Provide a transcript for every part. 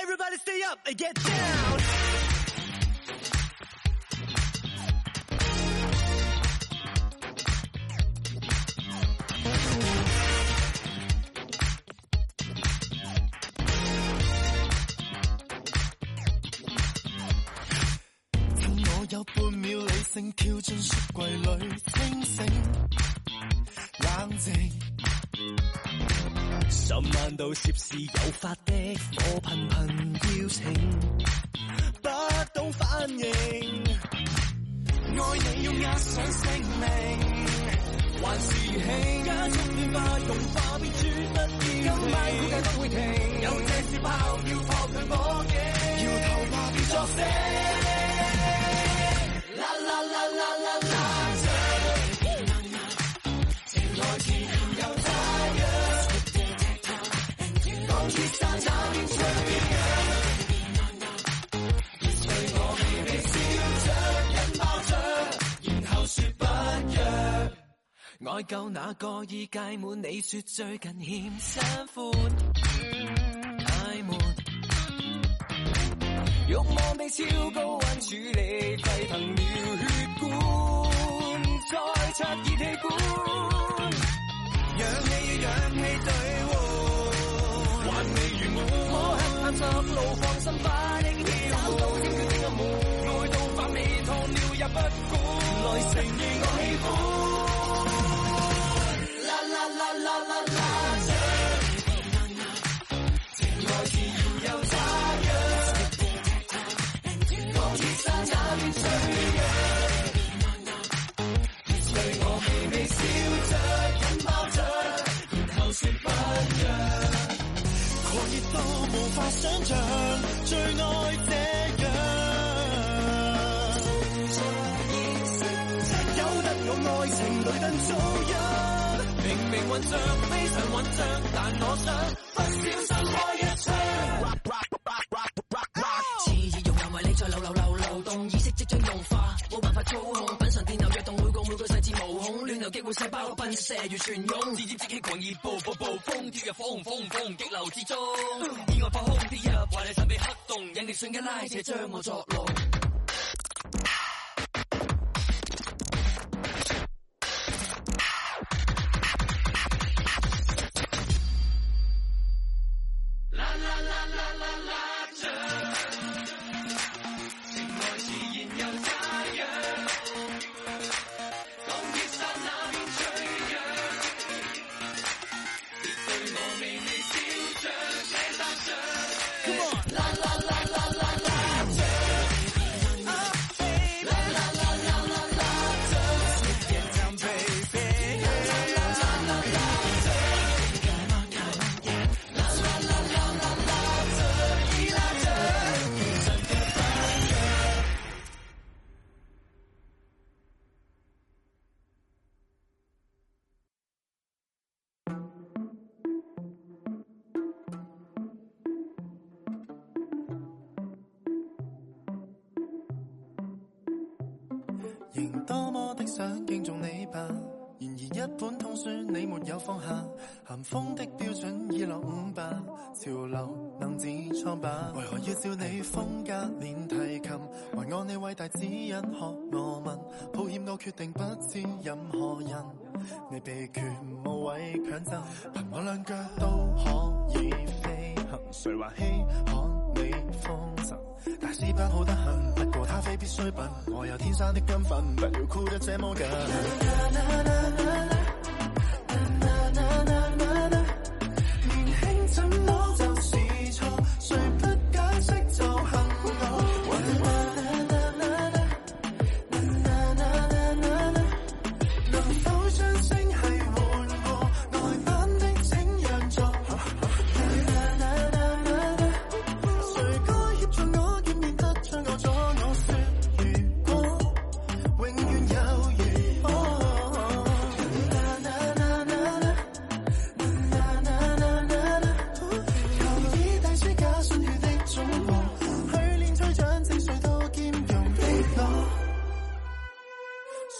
Everybody stay up and get down.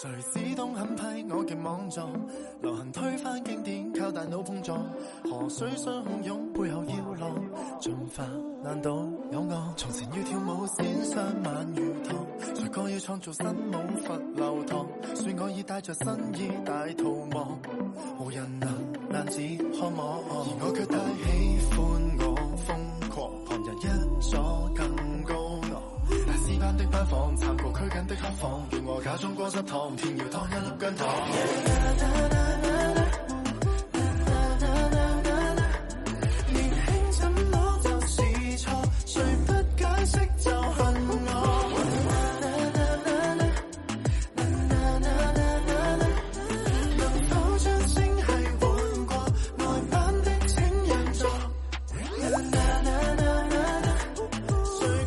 誰指東狠批我嘅莽撞？流行推翻經典，靠大腦碰撞。河水相洶湧，背後要浪。進化難道有我？從前要跳舞先上鰻魚塘，誰個要創造新舞佛流堂？算我已帶着新衣大逃亡，無人能難止可摸，而我卻太喜歡我瘋狂，旁人一所更高昂。那私班的班房，插過拘謹的黑房，願我假裝過失堂，偏要當一粒薑糖。年輕怎攞就是錯，誰不解釋就恨我。能否將星系換過內版的請讓座？誰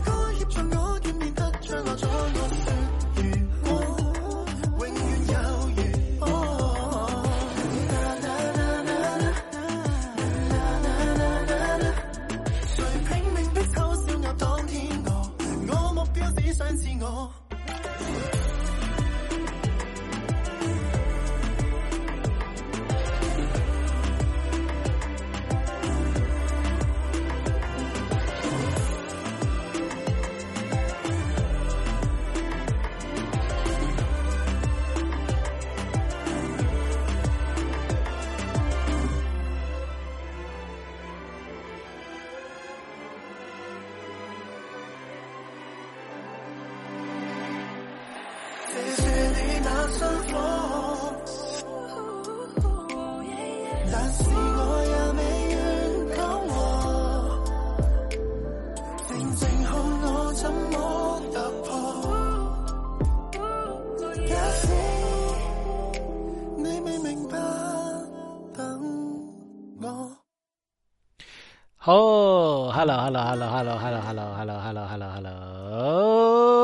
該協助我，見面得罪我咗？我說如果永遠有如果，誰拼命的偷笑我當天我，我目標只想似我。這是你那雙火，但是我也未願講和，靜靜看我怎麼突破。假使你未明白，等我。好，hello，hello，hello，hello，hello，hello，hello，hello，hello，hello，hello，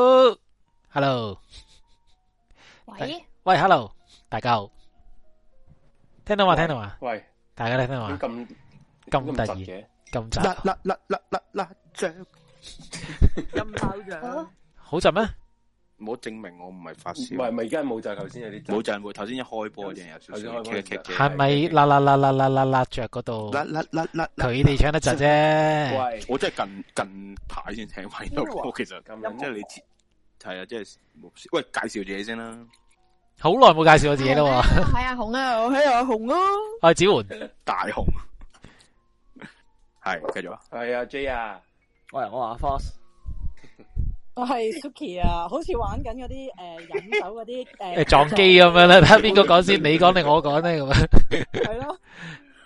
喂，喂，hello，大家好，聽到嘛？聽到嘛？喂，大家都聽到嘛點？咁咁突咁然突嘅？咁窒啦啦啦啦啦啦着咁爆咗，好窒咩？唔好證明我唔係發啊唔燒，係，咪而家冇就係頭先有啲冇陣喎。頭先一開波就有少少劇劇嘅，係咪啦啦啦啦啦啦啦着嗰度？啦啦啦啦啦，佢哋唱得窒啫。喂，我真係近近排先聽翻呢首歌，其實咁即係你知係啊，即係冇事喂介紹自己先啦。好耐冇介紹我自己啦喎， 係阿紅啊，我係阿紅咯。我係子桓，大雄係繼續啊，係啊，J 啊，喂，我話 Force，我哦係 Suki 啊，好似玩緊嗰啲誒飲酒嗰 啲誒誒撞機咁樣 啦，睇下邊個講先，你講定我講咧咁樣。係咯。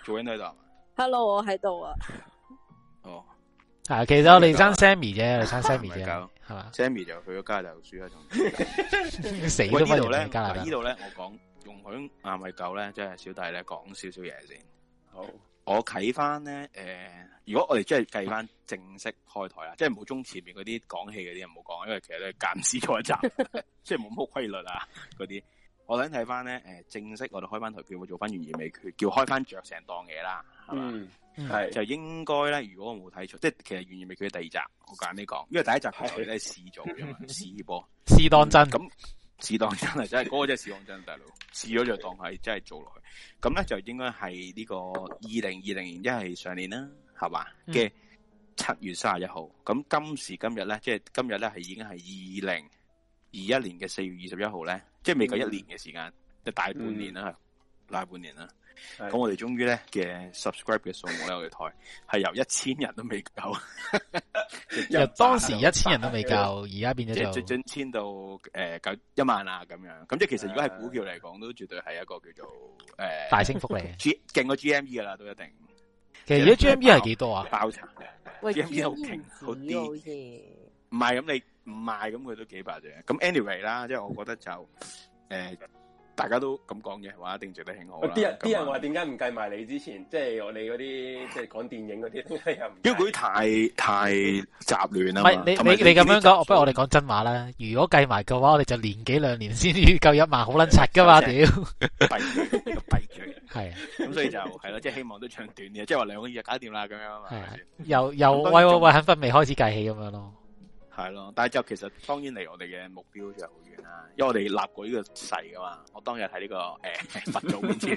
做緊都喺度啊係嘛。 Hello，我喺度啊，哦啊，其實我哋爭 Sammy 啫， 我哋爭 Sammy 唔係啫㗎，係嘛？ ，Sammy 就去咗加拿大讀書啦，仲 死喂都呢翻度入咧，嚟加拿大呢。度咧，我講容許阿米狗咧，即係小弟咧講少少嘢先。好，我睇翻咧，诶、呃如果我哋即係計翻正式開台啦，啊即係唔好中前面嗰啲講戲嗰啲唔好講，因為其實都係間屎咗一集， 即係冇乜規律啊嗰啲。我想睇翻咧，诶、正式我哋開翻台叫做做翻懸而未決，叫開翻着成檔嘢啦，係嘛？嗯，係就應該咧，如果我冇睇錯，即係其實懸而未決嘅第二集，我簡單啲講，因為第一集其實我哋咧試做啫嘛，試播。是當真，咁試當真啊係真係嗰、個真係試當真，大佬試咗就當係真係做落去。咁咧就應該係呢個二零二零年，即係上年啦，係嘛嗯嘅七月三十一號。咁今時今日咧，即係今日咧係已經係二零二一年嘅四月二十一號咧，即係未 Ừ. 嗯夠一年嘅時間，即係大半年啦，大半年啦。係咁我哋終於咧嘅 subscribe 嘅數目咧，我哋台係由一千人都未夠，由當時一千人都未夠， 而家變即係咗最做進千到誒九一萬啊咁樣，咁即係其實如果係股票嚟講，都絕對係一個叫做誒大升幅 嚟嘅。 G 勁過 GME 噶啦，都一定其實而家 GMB 係幾多啊？包場。喂 E GMB 好勁 E 好啲好似唔係咁你唔賣咁佢都幾百啫。咁 anyway 啦，即係我覺得就誒、大家都咁講嘅話，一定值得慶好啦。啲人啲人咁啊話點解唔計埋你之前，即係我哋嗰啲即係講電影嗰啲，點解又唔計？因為佢太太雜亂唔啦嘛。係你同埋你你咁樣呢啲講，不如我哋講真話啦。如果計埋嘅話，我哋就年幾兩年先至夠一萬，好撚 柒 噶嘛？屌，啊閉嘴，呢個閉嘴。係啊咁所以就係咯，即係希望都唱短啲，即係話兩個月就搞掂啦咁樣啊嘛。係咪先又又咁當然喂喂仲喂，肯分未開始計起咁樣咯。系咯，但系就其實當然離我哋嘅目標就好遠啦，因為我哋立過呢個誓噶嘛。我當日喺呢、個诶、 誒佛祖面前，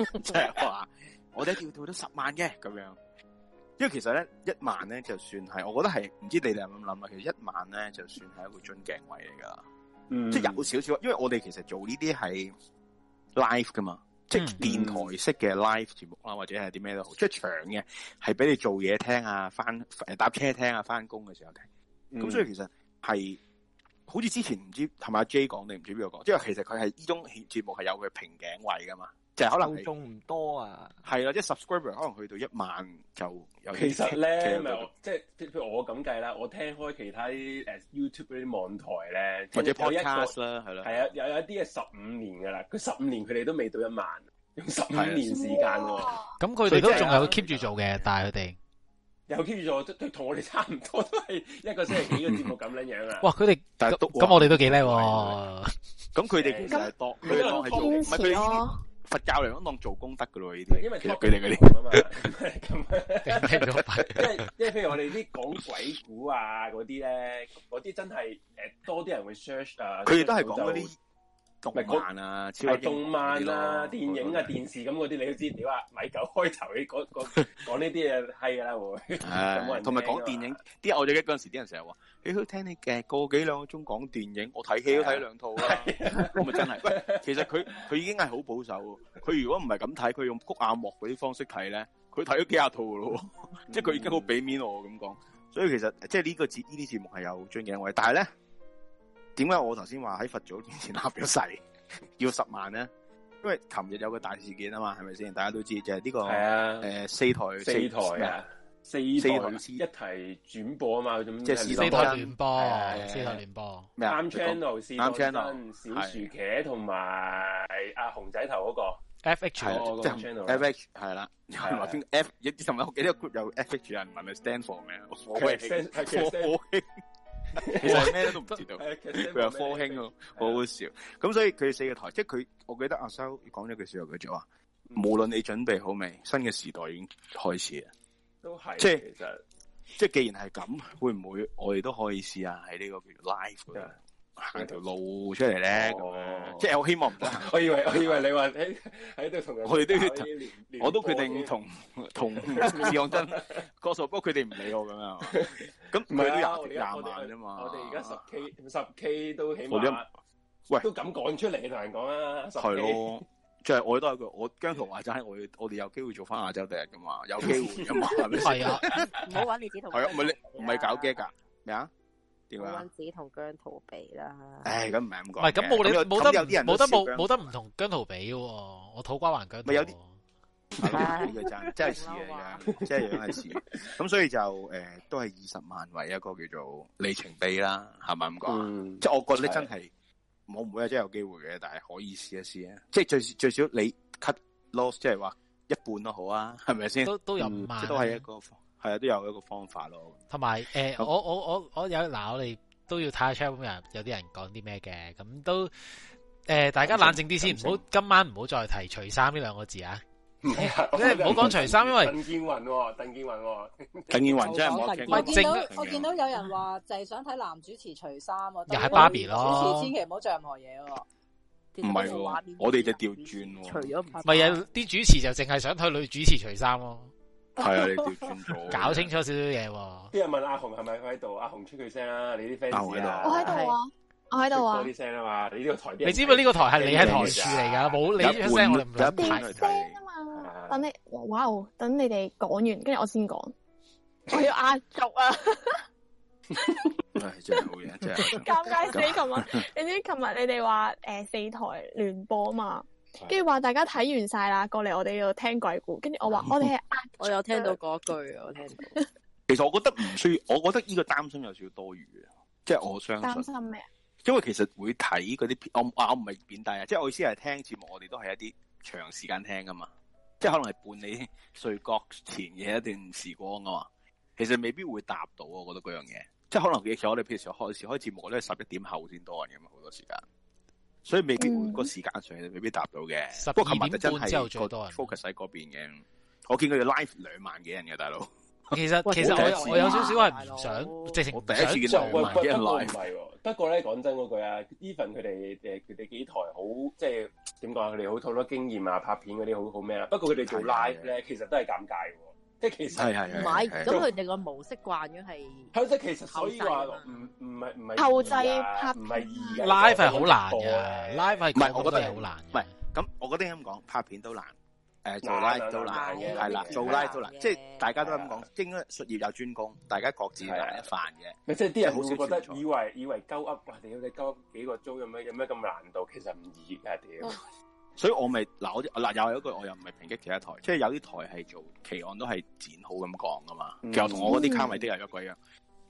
即係話我哋一定要做到十萬嘅咁樣。因為其實咧一萬咧就算係，我覺得係唔知你哋有冇諗啊。其實一萬咧就算係一個樽頸位嚟噶，嗯即係有少少，因為我哋其實做呢啲係 live 噶嘛，即係電台式嘅 live 節目啦，或者係啲咩都好，即係長嘅係俾你做嘢聽啊，翻誒搭車聽啊，翻工嘅時候聽。咁、所以其實係好似之前唔知係咪阿 J 講定唔知邊個講，即係其實佢係呢種節目係有佢瓶頸位噶嘛，就係可能觀係眾唔多啊，係啦，即係 subscriber 可能去到一萬就有啲其實咧，棘咪我即係譬如我咁計啦，我聽開其他啲誒 à, YouTube 嗰啲網台咧，或者有一個 podcast 啦，係啦，係啊，有有一啲係十五年噶啦，佢十五年佢哋都未到一萬，用十五啊年時間喎，咁佢所哋以都真係仲啊有 keep 住做嘅，但係佢哋，又 keep 住咗，都同我哋 差唔多，都係一個星期幾個節目咁樣樣啊。哇！佢哋但係咁都咁我哋都幾叻哇喎，咁佢哋其實係當佢哋當係做，堅唔係佢持哋咯，佛教嚟講當做功德噶咯，呢啲因為其實佢哋嗰啲。啲啊嘛， 咁你聽咗快即係 即係譬如我哋啲講鬼故啊嗰啲咧，嗰啲真係誒多啲人會 search 啊，佢哋都係講 search 到嗰就啲動漫係啊、超級英雄動漫啊、嗰哦電啲咯影啊、電視咁嗰啲，你都知屌啊！米九開頭你講講講呢啲嘢係㗎啦會， 就冇唉人同埋聽啊講電影，啲我最記得嗰陣時，啲人成日話：，你都聽你嘅個幾兩個鐘講電影，我睇戲都睇兩套啦。咁咪真係，喂，其實 佢佢已經係好保守喎。佢如果唔係咁睇，佢用谷阿莫嗰啲方式睇咧，佢睇咗幾廿套噶咯喎，即係佢已經好俾面我咁講。所以其實即係呢個節呢啲節目係有樽頸位，但係咧點解我頭先話喺佛祖面前立咗誓 要十萬咧？因為琴日有個大事件啊嘛，係咪先？大家都知就係呢個係啊，誒四啊台四台啊，四台四一齊轉播啊嘛，咁即係四視四當台真聯播係啊係啊，四係台啊聯播，咩啊？啱 channel 是啱 channel，小薯茄同埋阿熊仔頭嗰個 F 系 H 係啊喎嗰個即係 channel à. 啦 F H 系啦，同埋邊 F 有同埋我記得個 group 有 F H 有人問佢 stand for 咩？我其科實興， stand- 係其實我科興，其實咩都唔知道。誒其實佢話科興喎，À. 好好笑。咁所以佢四個台，即係佢，我記得阿修講咗句说話，佢就話：Ừ. 無論你準備好未，新嘅時代已經開始啦。都係即係其實即係既然係咁，會唔會我哋都可以試下喺呢個叫做 live 嗰度行條路出嚟咧？咁哦樣即係我希望唔得行我以為我以為你話 喺喺度同人我哋都要搞呢啲連連我都決播定啲同同志 昂真哥數，不過佢哋唔理我咁樣啊。咁唔佢係啊，都我哋廿廿萬啫嘛。我哋而家十 K 十 K 都起我碼哋，喂都咁講出嚟同人講啊，十係 K 咯，即係我都係一句，我姜濤話齋，我要我哋有機會做翻亞洲第一噶嘛，有機會 噶嘛，係咪先？係啊，唔好揾你子同 係啊，唔係你唔係搞嘅 gag，㗎咩啊？點唔好啊揾？子同姜逃避啦。唉，咁唔係咁唔講嘅。係咁冇咁你有冇咁得有啲人冇得都冇笑冇得唔同姜濤比喎，我土瓜灣姜咪有啲濤。係啦呢個真真係似嘅樣，真係樣係似。咁所以就誒都係二十萬為一個叫做里程碑啦，係咪咁講啊？嗯即係我覺得真係我唔會係真係有機會嘅，但係可以試一試啊！即係最最少你 cut loss，即係話一半都好啊，係咪先？即都都有五係萬，都係一個係啊，都有一個方法咯。同埋誒，咁我我我我有嗱，我哋都要睇下 chat room 人有啲人講啲咩嘅，咁都誒、大家冷靜啲先，感性唔好今晚唔好再提除衫呢兩個字啊！係即係唔好講除衫因為鄧建雲喎，鄧建雲喎，鄧燕雲真係冇得我喂見到嗯正啊我見到有人話就係想睇男主持除衫喎，又係啊但係 Barbie 咯女主持千祈唔好做任何嘢喎。其實唔係嗰個喎畫面我哋就調轉喎除咗唔咪有啲主持就淨係想睇女主持除衫咯，係啊，你調轉 咗，搞清楚少少嘢喎。啲人問阿紅係咪佢喺度，阿紅出佢聲啦，你啲阿紅 fans 喺啊，度我喺度啊，我喺度啊出多，啲聲啊嘛，你呢個台啲人你知唔知呢個台係你係台柱嚟㗎？冇有一你出聲，我哋唔半有一諗半去睇。啲聲啊嘛睇。啊，等你，哇哦，等你哋講完，跟住我先講。我要壓軸啊！唉，真係好嘢，真係。尷尬死！琴日你知琴日你哋話誒四台聯播嘛，跟住話大家睇完晒啦，過嚟我哋度聽鬼故，跟住我話我哋係我有聽到嗰句，我聽到。其實我覺得唔需要，我覺得呢個擔心有少少多餘嘅，即係我相擔信。心咩？啊因為其實會睇嗰啲片，我唔啊我唔係貶低啊，即係我意思係聽節目，我哋都係一啲長時間聽噶嘛，即係可能係伴你睡覺前嘅一段時光噶嘛。其實未必會答到啊，我覺得嗰樣嘢，即係可能其實我哋譬如開始開節目，我都係十一點後先多人噶嘛，好多時間，所以未必會嗯個時間上未必答到嘅。 12不過琴日就真點半之後係最個多人 focus 喺嗰邊嘅，我見佢哋 live 兩萬幾人嘅大佬，其實喂其實我第一我有次我有少少係大佬唔想，直情我唔第一想次見做到喂，埋不有人不過唔 live 係喎，不過咧講真嗰句啊，even 佢哋誒佢哋幾台好即係點講啊？佢哋好好多經驗啊，拍片嗰啲好好咩啦。不過佢哋做 live 咧，其實都係尷尬嘅喎，即係其實係係唔係，咁佢哋個模式慣咗係係即係其實所以話啊唔唔係唔係後製易啊㗎拍啊唔係易嘅 live 係好講難真嘅，live 係唔係，我覺覺得得係好難。唔係，咁我覺得咁講，拍片都難，誒做難啊 live 都難，難嘅係啦難，嘅做難 live 都難，即係大家都咁講，應該術業有專攻，大家各自係啊難一飯嘅。咪即係啲人會覺即係好少得存在以為以為鳩噏，哇屌你鳩噏幾個鐘有咩有咩咁難度？其實唔易㗎哦屌。所以我咪嗱，我嗱又有一句，我又唔係抨擊其他台，即係有啲台係做奇案都係剪好咁講噶嘛。嗯其實同我嗰啲卡米的又一鬼樣。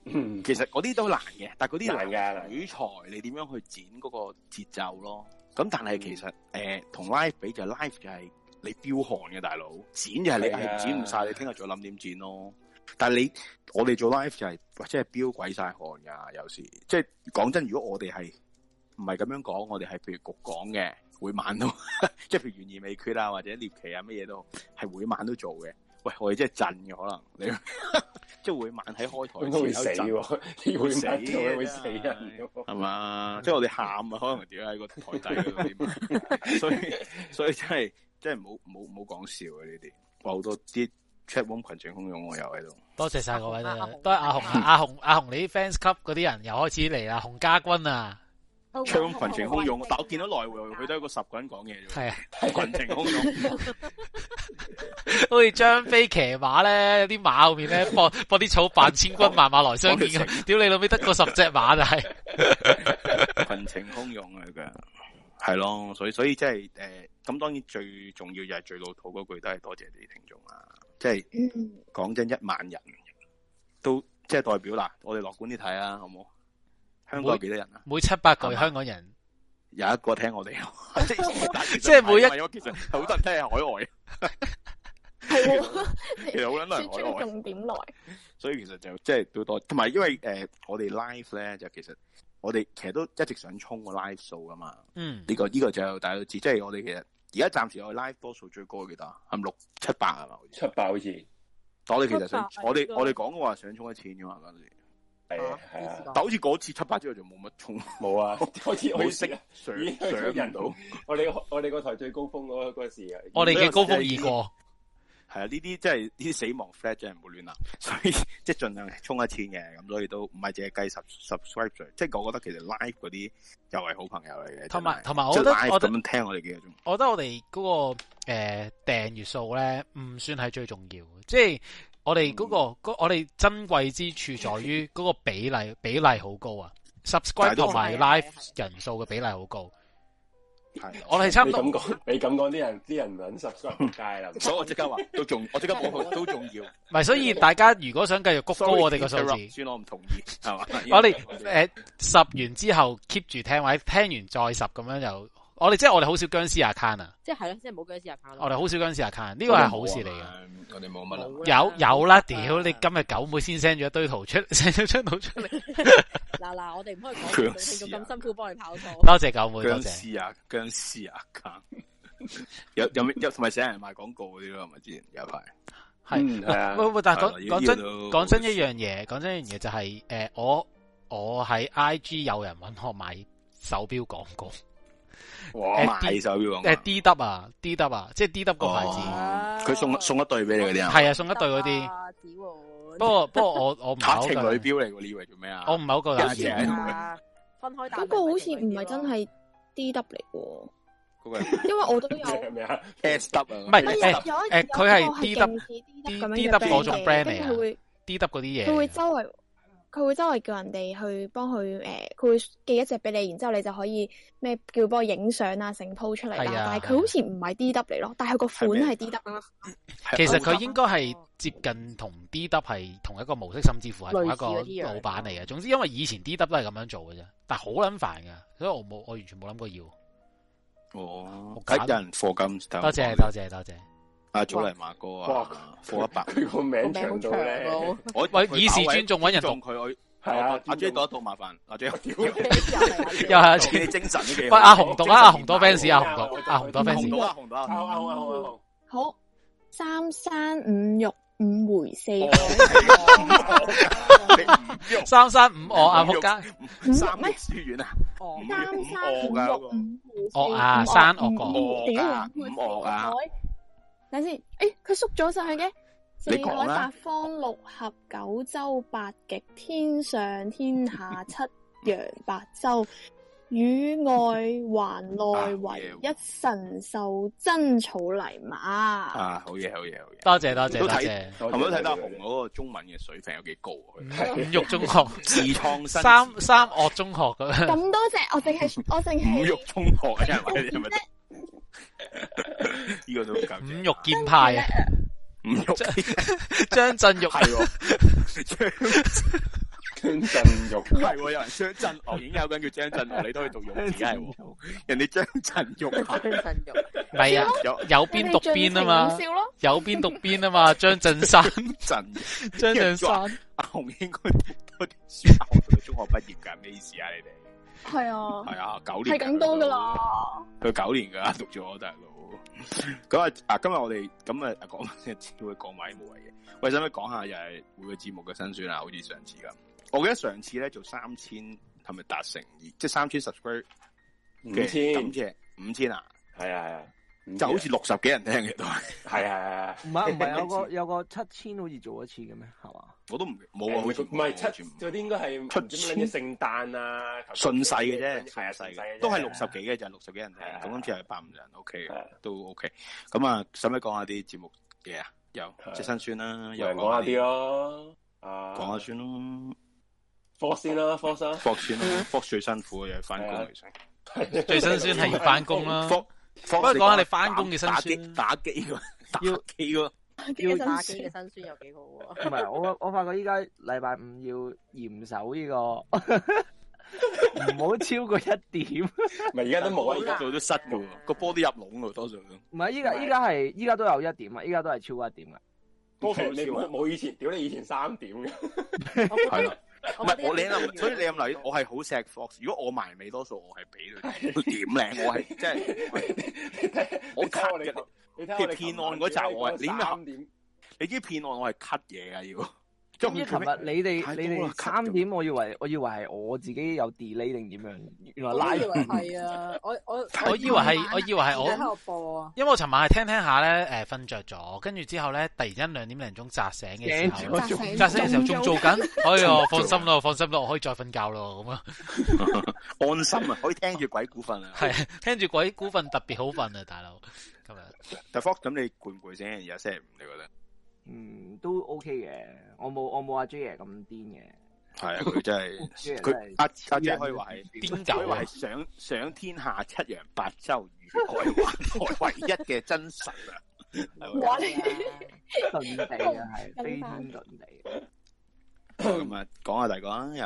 嗯其實嗰啲都難嘅，但係嗰啲難㗎取材你點樣去剪嗰個節奏咯。咁但嗯係其實誒同 live 比就 live 就係你飆汗嘅大佬，剪就係你係啊係剪唔晒，你聽日再諗點剪咯。但係你我哋做 live 就係、或者係飆鬼晒汗㗎，有時即係講真，如果我哋係唔係咁樣講，我哋係譬如局講嘅，每晚都 即係譬如懸而未決啊，或者獵奇啊，乜嘢都好，係每晚都做嘅。喂，我哋真係震嘅可能，你 即係每晚喺開台應該會死前 有喎，震會會死死嘅會死人㗎喎係嘛？即係我哋喊啊，可能屌喺個台底嗰度 添，啊所以所以真係真係冇冇冇講笑嘅呢啲，哇好多啲 chat room 群情洶湧，我又喺度。多謝晒各位啦，多謝阿紅啊，阿紅阿紅你啲 fans club 嗰啲人又開始嚟啦，洪家軍啊， chat room 群情洶湧，但我見到來回佢都係個十個人講嘢啫係啊，喎，群情洶湧。好似張飛騎馬咧，有啲馬後面咧播播啲草扮千軍萬馬來相見咁，屌你老味得個十隻馬就係， 群情洶湧啊！佢係咯，所以所以即係誒，呃咁、當然最重要就係最老土嗰句都係多謝你啲聽眾啦。即係講真，一萬人都即係代表啦。我哋樂觀啲睇啊，好冇？香港有幾多人啊？每七八個香港人，有一個聽我 哋，即係即係每一唔係我其實好多人聽係海係其實好 撚多人輸出海外嘅重點來，外，所以其實就即係都多。同埋因為誒、呃我哋 live 咧就其實我哋其實都一直想衝個 live 數噶嘛。嗯，呢、個呢、個就大家都知，即係我哋其實而家暫時我哋 live 多數最高嘅幾多啊？係咪六七百係嘛？好似出爆好似但我哋其實想七，百我哋應該我哋講嘅話想衝一千嘅嘛嗰陣時，係啊係啊，但好似嗰次七百之後就冇乜衝，冇 啊，開始冇開識始啊 上已經去到上唔人到，我哋我哋個台最高峰嗰嗰時啊，我哋嘅高峰已過，係啊！呢啲真係呢啲死亡 flat 真係唔好亂啦， 所以即係盡量衝一千嘅，咁所以都唔係淨係計 sub subscribe，即係我覺得其實 live 嗰啲又係好朋友嚟嘅，同埋真係同埋我即係覺得 live 我覺咁得樣聽我哋幾個鐘，我覺得我哋嗰個诶订阅數咧唔算係最重要，即係我哋嗰個嗰我哋珍貴之處在於嗰個比例比例好高啊，subscribe 同埋 live 人數嘅比例好高，係我哋差唔你多咁。講，你咁講啲人啲人唔撚 subscribe 街啦，所以我即刻話都重，我即刻冇去都重要。唔係，所以大家如果想繼續谷高 Sorry，我哋個數 interrupt，字，算我唔同意，係嘛？ 我哋誒十完之後 keep 住聽，或者聽完再十咁樣就，我哋即係我哋好少僵屍 account 啊，即係咯，即係冇僵屍入坑我哋好少僵屍 account，呢個係好事嚟嘅。嘅。我哋冇乜啦，有有啦，啊屌你今日九妹先 send 咗一堆圖出 ，send 咗張圖出嚟， 嗱嗱，我哋唔可以講僵到屍啊聽到咁辛苦幫你跑數。多謝九妹，多僵謝。屍啊，僵屍啊，卡有有咩有同埋成人賣廣告嗰啲咯，係咪之前有一排嗯係啊喂喂，但係係講啦講真呢個都講真一樣嘢，講真一樣嘢就係、呃我我喺 IG 有人揾我買手錶廣告，哇誒賣手錶誒廣 D W 啊 D W 啊，即係 D W 個牌子。告，佢送送一對俾你嗰啲啊，係啊，送一對嗰啲。啊，子喎不過不過我我唔係嚇 好情夠侶膽，錶嚟喎，你以為做咩啊？我唔係好夠有膽時係要。啊分開打嗰個好似唔係真係 D W 嚟喎，嗰個係因為我都有，咩 咩啊？ S W 啊，唔係有有誒有一誒佢係有一個 DW 勁似 DW 咁 D- 樣 DW 嘅嗰種 brand 嚟跟啊住佢會 D 得嗰啲嘢。佢會周圍佢會周圍叫人哋去幫佢誒，呃佢、會寄一隻俾你，然之後你就可以咩叫幫我影相啊，成鋪出嚟啦。係啊但係佢好似唔係 D W 嚟咯，但係佢個款係 D W 咯。其實佢應該係接近同 D 得係同一個模式，甚至乎係同一類似嗰啲個樣啊老闆嚟嘅。總之，因為以前 D 得都係咁樣做嘅啫，但係好撚煩㗎，所以我冇我完全冇諗過要。哦我，揀有人貨金，多謝多謝多謝。阿祖黎馬哥啊哇，貨一百。佢個名長到咧，我喂佢以示某位尊重揾人讀尊重佢，我係啊阿 J 讀一讀麻煩，阿 J 屌，又又係你精神都幾喂好阿紅讀啦，阿紅多精 fans 神啊，面阿貌我紅覺讀得阿紅多我見啊紅到 fans 啊，紅到啊，紅啊到啊啊啊啊啊！好，三山五玉五回四 三山五岳啊，仆街！街，三咩書院啊？哦三山五岳啊嗰個岳啊，山岳個五岳啊，五岳啊，等先，诶，佢縮咗上去嘅。四你海講啊啦八方六合九州八極天上天下七洋八洲，宇外環內唯一神獸真草泥 馬。啊，好嘢，好嘢，好嘢！多謝多謝都睇多謝我都睇到阿紅嗰個中文嘅水平有幾高啊五育中學自創新三三岳中學咁咁樣。多隻，我淨係我淨五育係中學啊，係咪？你係咪呢個都夠五育劍派啊，五育 張振玉係喎，張振玉係喎，有人張振岳影響緊叫張振玉，你都可以讀玉字係喎，人哋張振玉啊，張振玉唔係啊，有邊讀邊啊嘛你哋盡情咁笑咯，有邊讀邊啊嘛，張振山，振 張振山，阿紅應該多啲啊書大學同埋中學畢業㗎，咩意思啊？你哋係哦啊，係啊，九係年咁多噶啦。佢九年噶，讀咗大佬。咁啊，啊今日我哋咁啊講 翻先，只會講埋啲無謂嘢。喂，使唔使講下又係每個節目嘅辛酸啊？好似上次咁，我記得上次咧做三千係咪達成二，即係三千 subscribe 五嘅千感謝五千啊？係啊係啊，就好似六十幾人聽嘅都係。係啊唔 係唔係有個有個七千好似做一次嘅咩？係嘛？我都唔冇啊，好似唔係七嗰啲應該係唔知乜嘢聖誕啊，頭先順勢嘅啫，係啊，順細勢嘅啫嘅，都係六十幾嘅就六十幾人聽，咁今次係百五人，OK 嘅都 OK。咁啊，使唔使講下啲節目嘢啊？有即係辛酸啦，又有人講下啲，咯，啊講下先咯。科先啦，科生，搏 算啦，搏最辛苦嘅又係翻工嚟係啊 先，最辛酸係要返工啦搏不過講下你返工嘅辛酸打機 打機喎，要機喎，要打機嘅辛酸有幾好唔喎。係 我我發覺依家禮拜五要嚴守呢個， 唔好超過一點。 唔係而家都冇啊而家做都失嘅喎，個波都入籠嘅喎多數都。唔係依家依家係依家都有一點啊，依家都係超過一點噶。多數啊你冇冇以前，屌你以前三點嘅，係啦。唔係我你諗，諗，所以你諗嚟，我係好錫 Fox。如果我埋尾，多數我係俾佢點靚，我係即係我睇下我 cut 哋嘅琴。你睇下我哋騙案嗰集我係點點三點？你知騙案我係 cut 嘢噶要。 總之琴日你哋太你多啦哋 cut 三點，我以為我以為係我自己有 delay 定點樣，原來我拉以為係啊，我我我以為係我以為係而我家喺度播啊，因為我尋晚係聽聽下咧，誒瞓着咗，跟住之後咧，突然間兩點零鐘扎醒嘅時候醒咧，咗扎醒嘅時 候仲仲做做緊，哎呀仲做，放心咯，放心咯，我可以再瞓覺 咯，咁啊，安心啊，可以聽住鬼 股份啊。係聽住鬼股份特別好瞓啊， 大佬，今日但 Fox 咁你攰唔攰先？而家星期五你覺得？嗯都 OK 嘅，我冇我冇阿 J 爺咁癲嘅。係啊，佢真係佢阿阿姐可以話係癲狗啊可以話係上上天下七洋八洲與外環內唯一嘅真實啊！哇！你 遁地啊，係飛天遁地。咁啊，講下第二個啊，又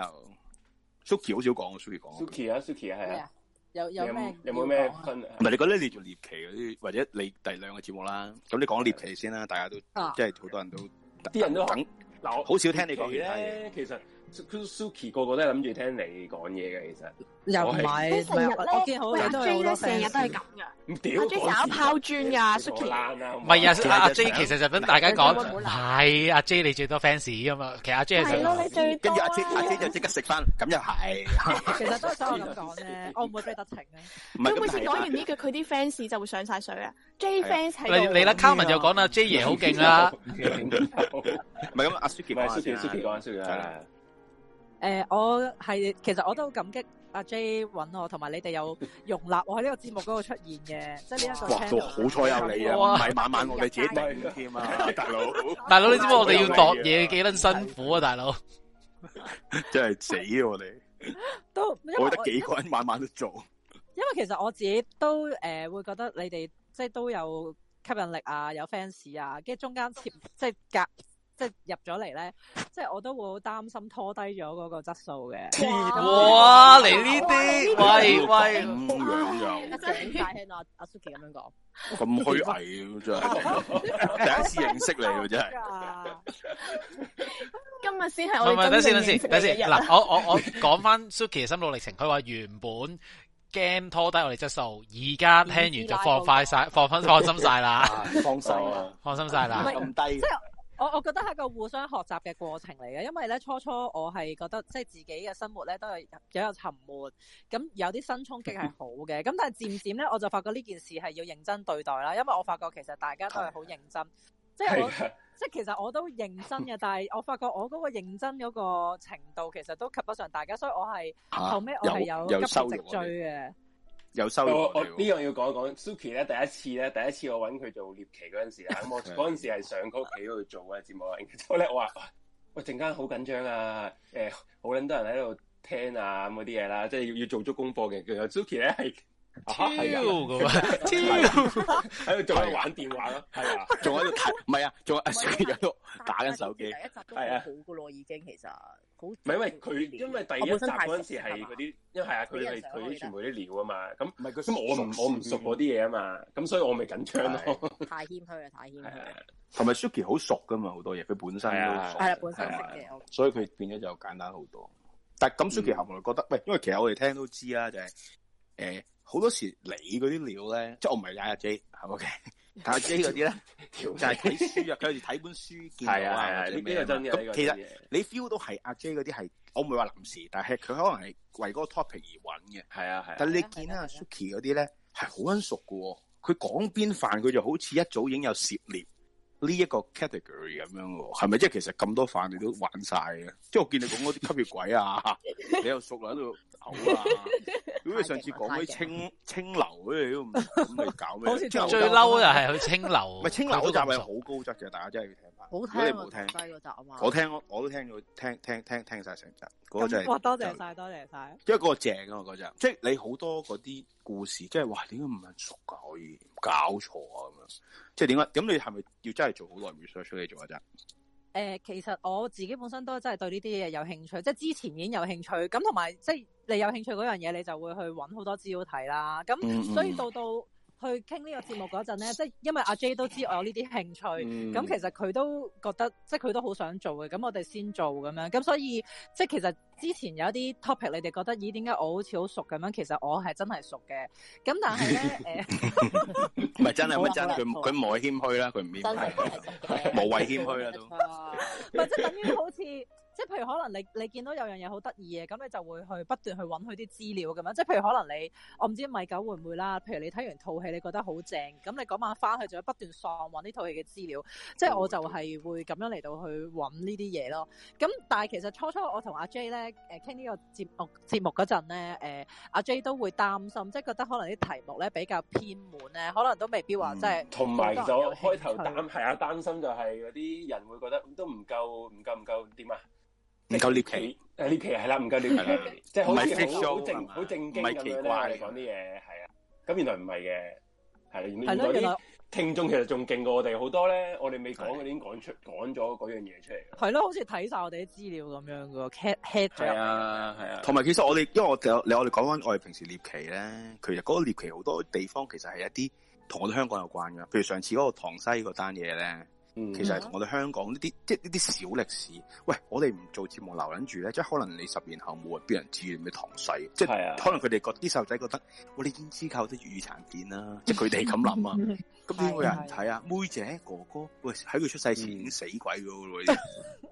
Suki 好少講，Suki 講。 Suki 啊，Suki 啊，係咩啊啊，有有咩有冇咩要講啊分享？唔係你覺得你做獵奇嗰啲，或者你第兩個節目啦，咁你講獵奇先啦，大家都啊即係好多人都啲人都等，嗱，我好少聽你講其他咧。其實 Su- Suki 個個都係諗住聽你講嘢嘅，其實又唔係啊我成日咧我見好多人都有好多 fans 唔屌阿 J 成日都係咁噶，阿 J 成日都係咁㗎爛啊！唔係啊，阿阿 J 其實就等大家講， 係阿 J 你最多 fans 啊嘛，其實阿 J 係咯你最跟多住啊阿姐阿姐就即刻食翻，咁又係，其實都係想我咁講咧，我唔會俾得情啊。唔係佢每咁次係講完啊。呢句，佢啲 fans 就會上晒水啊！J 係啊 fans 係你你啦，Carmen 就講啦，J 啊爺好勁啊啦，唔係咁，啊阿 Suki 唔係講下先啦 Suki，Suki 講下，Suki 啊講下诶、呃我係其實我都好感激阿 J 揾我，同埋你哋有容納我喺呢個節目嗰度出現 嘅，即係呢一個哇，都 channel 好彩有你啊，唔哇係晚晚我哋自己頂添啊，大佬，大佬你知唔知我哋要度嘢幾撚辛苦啊，大佬， 真係死啊我哋，都因為我我得幾個人晚晚都做，因為其實我自己都诶、呃、会觉得你哋即係都有吸引力啊，有 fans 啊，跟住中間切即係夾 即係入咗嚟咧，即係我都會好擔心拖低咗嗰個質素嘅。哇，你呢啲，喂喂。咁樣又真係大聽到阿阿 Suki 咁樣講。咁虛偽，啊真係第一次認識你喎，真係。啊 今日先係唔係我唔係，等哋真先等正認先識等先。你嘅日嗱，我 我我啊講翻 Suki 嘅心路歷程，佢話原本驚拖低我哋質素，而家聽完就放快晒，放翻放心晒啦，放手啊，放心晒啦。咁低即係我我覺得係一個互相學習嘅過程嚟嘅，因為咧初初我係覺得即係自己嘅生活咧都係有有沉悶，咁有啲新衝擊係好 嘅，咁但係漸漸咧我就發覺呢件事係要認真對待啦，因為我發覺其實大家都係好認真，即係我啊係嘅即係其實我都認真嘅，但係我發覺我嗰個認真嗰個程度其實都及得上大家，所以我係啊嚇後尾我係有有有急收起穫直追嘅。有收我穫我我呢哋喎樣要講一講，Suki 咧第一次咧，第一次我揾佢做獵奇嗰陣時啊，咁我嗰陣時係上佢屋企嗰度做嘅節目啊，然之後咧我話喂喂陣間好緊張啊，誒好撚多人喺度聽啊咁嗰啲嘢啦，即係要要做足功課嘅。然後 Suki 咧係啊係啊咁 啊喺度仲喺度玩電話咯，係啊，啊仲喺度睇，唔係啊，仲阿 Suki 喺度打緊手機，一集都係好啊好噶咯，已經其實好。唔唔係因為佢，因為第一集嗰陣時係嗰啲，因為係啊，俾佢人係上佢去全部啲料啊嘛，咁唔係佢咁我唔熟我唔熟嗰啲嘢啊嘛，咁所以我咪緊張咯。啊太謙虛啦，太謙虛。同埋 Suki 好熟噶嘛，好多嘢佢本身係都啊好熟係啦，本身係啊識嘅，我所以佢變咗就簡單好多。但咁 Suki 後來覺得，喂，因為其實我哋聽都知啊啦，就係誒好多時你嗰啲料咧，即係我唔係踩阿 J，係咪 OK？但阿 J 嗰啲咧，就係睇書啊，佢有時睇本書見到係啊係啊啊，或者咩啊呢呢個真嘅呢咁個其真實嘅你 feel 到係阿 J 嗰啲係，我唔會話臨時，但係佢可能係為嗰個 topic 而揾嘅。係啊係啊但你見啊 Suki 嗰啲咧係好撚熟嘅喎，佢講邊範佢就好似一早已經有涉獵。呢一個 category 咁樣喎，係咪即係其實咁多飯你都玩晒嘅？即係我 見你講嗰啲吸血鬼啊，你又熟啦喺度嘔啊， 咁你上次講嗰啲清清流嗰啲都唔咁你啊搞咩？啊好似最啊嬲就係去清流唔係清流嗰集係好高質嘅，大家真係要聽翻。如果你好冇聽啊，聽，低嗰集啊嘛。我聽我都聽咗聽聽聽聽晒成集，嗰個真係哇！多謝晒，多謝晒。因為嗰個正啊，嗰陣即係你好多嗰啲故事，即係哇點解唔係熟噶？可以搞錯啊咁樣，即係點解？咁你係咪要真係做好耐 research 嚟做一 陣？誒、呃其實我自己本身都真係對呢啲嘢有興趣，即係之前已經有興趣，咁同埋即係你有興趣嗰樣嘢，你就會去揾好多資料睇啦。咁、嗯嗯所以到到去傾呢個節目嗰陣咧，即係因為阿 J 都知我有呢啲興趣，嗯咁、其實佢都覺得即係佢都好想做嘅，咁我哋先做咁樣，咁所以即係其實之前有一啲 topic 你哋覺得咦點解我好似好熟咁樣，其實我係真係熟嘅，咁但係咧 誒。唔係真係，唔係真，好啊佢唔佢唔係謙虛啦，佢唔謙虛，無謂謙虛啦都。唔係即係等於好似， 即係譬如可能你你見到有樣嘢好得意嘅，咁你就會去不斷去揾佢啲資料咁樣。即係譬如可能你，我唔知米九會唔會啦。譬如你睇完套戲，你覺得好正，咁你嗰晚翻去就會不斷喪揾呢套戲嘅資料。即係我就係會咁樣嚟到去揾呢啲嘢咯。咁但係其實初初我同阿 J 咧，誒傾呢個節目節目嗰陣咧，誒、阿 J 都會擔心，即係覺得可能啲題目咧比較偏門咧，可能都未必話即係嗯同埋就好多人有開頭興趣擔係啊，擔心就係嗰啲人會覺得嗯都唔夠，唔夠唔夠點啊？唔夠獵奇，誒獵奇係啦，唔夠係啦 獵奇，即係好唔係 freak 似 show 好好係正嘛好正經唔係咁奇樣咧怪我哋講啲嘢係啊，咁原來唔係嘅，係啦原係原咯來原來啲聽眾其實仲勁過我哋好多咧，我哋未講嘅已經講出講咗嗰樣嘢出嚟。係咯，好似睇晒我哋啲資料咁樣噶，head head 咗入嚟。啊，係啊同埋其實我哋，因為我哋有你我哋講翻我哋平時獵奇咧，其實嗰個獵奇好多地方其實係一啲同我哋香港有關嘅，譬如上次嗰個塘西嗰單嘢咧，嗯其實係同我哋香港呢啲即係呢啲小歷史。喂，我哋唔做節目留撚住咧，即係可能你十年後冇人邊人知咩塘西，即係啊係可能佢哋覺啲細路仔覺得，喂，你點知靠啲粵語殘片啦，即係佢哋咁 諗啊。咁點會有人睇啊？妹姐哥哥，喂，喺佢出世前已嗯經死鬼咗㗎咯已經。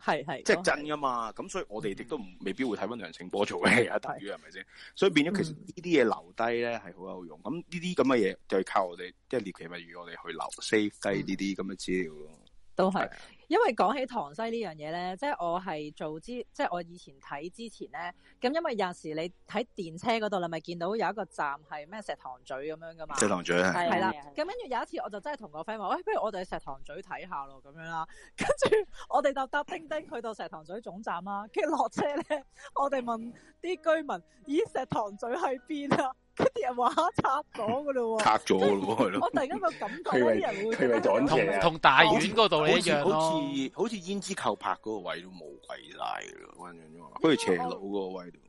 係係，即係真噶嘛，咁所以我哋亦都唔未必會睇翻梁醒波做嘅啊，等於係咪先？所以變咗其實呢啲嘢留低咧係好有用，咁呢啲咁嘅嘢就係靠我哋即係獵奇物語，我哋去留 save 低呢啲咁嘅資料咯。都係，因為講起塘西呢樣嘢咧，即係我係做之，即係我以前睇之前咧，咁因為有陣時你喺電車嗰度，你咪見到有一個站係咩石塘咀咁樣噶嘛？石塘咀係係係啦係。咁跟住有一次我就真係同個 friend 話，喂，不如我哋去石塘咀睇下咯，咁樣啦。跟住我哋就搭叮叮去到石塘咀總站啦，跟住落車咧，我哋問啲居民，咦，石塘咀喺邊啊？跟住人話嚇拆咗噶咯喎，拆咗㗎咯喎係咯我突然間個感覺佢咧，啲為人會 佢為咗啊同同大院嗰度你一樣咯好似好似胭脂扣拍嗰個位都冇位拉嘅咯，嗰陣啫嘛，好似斜路嗰個位度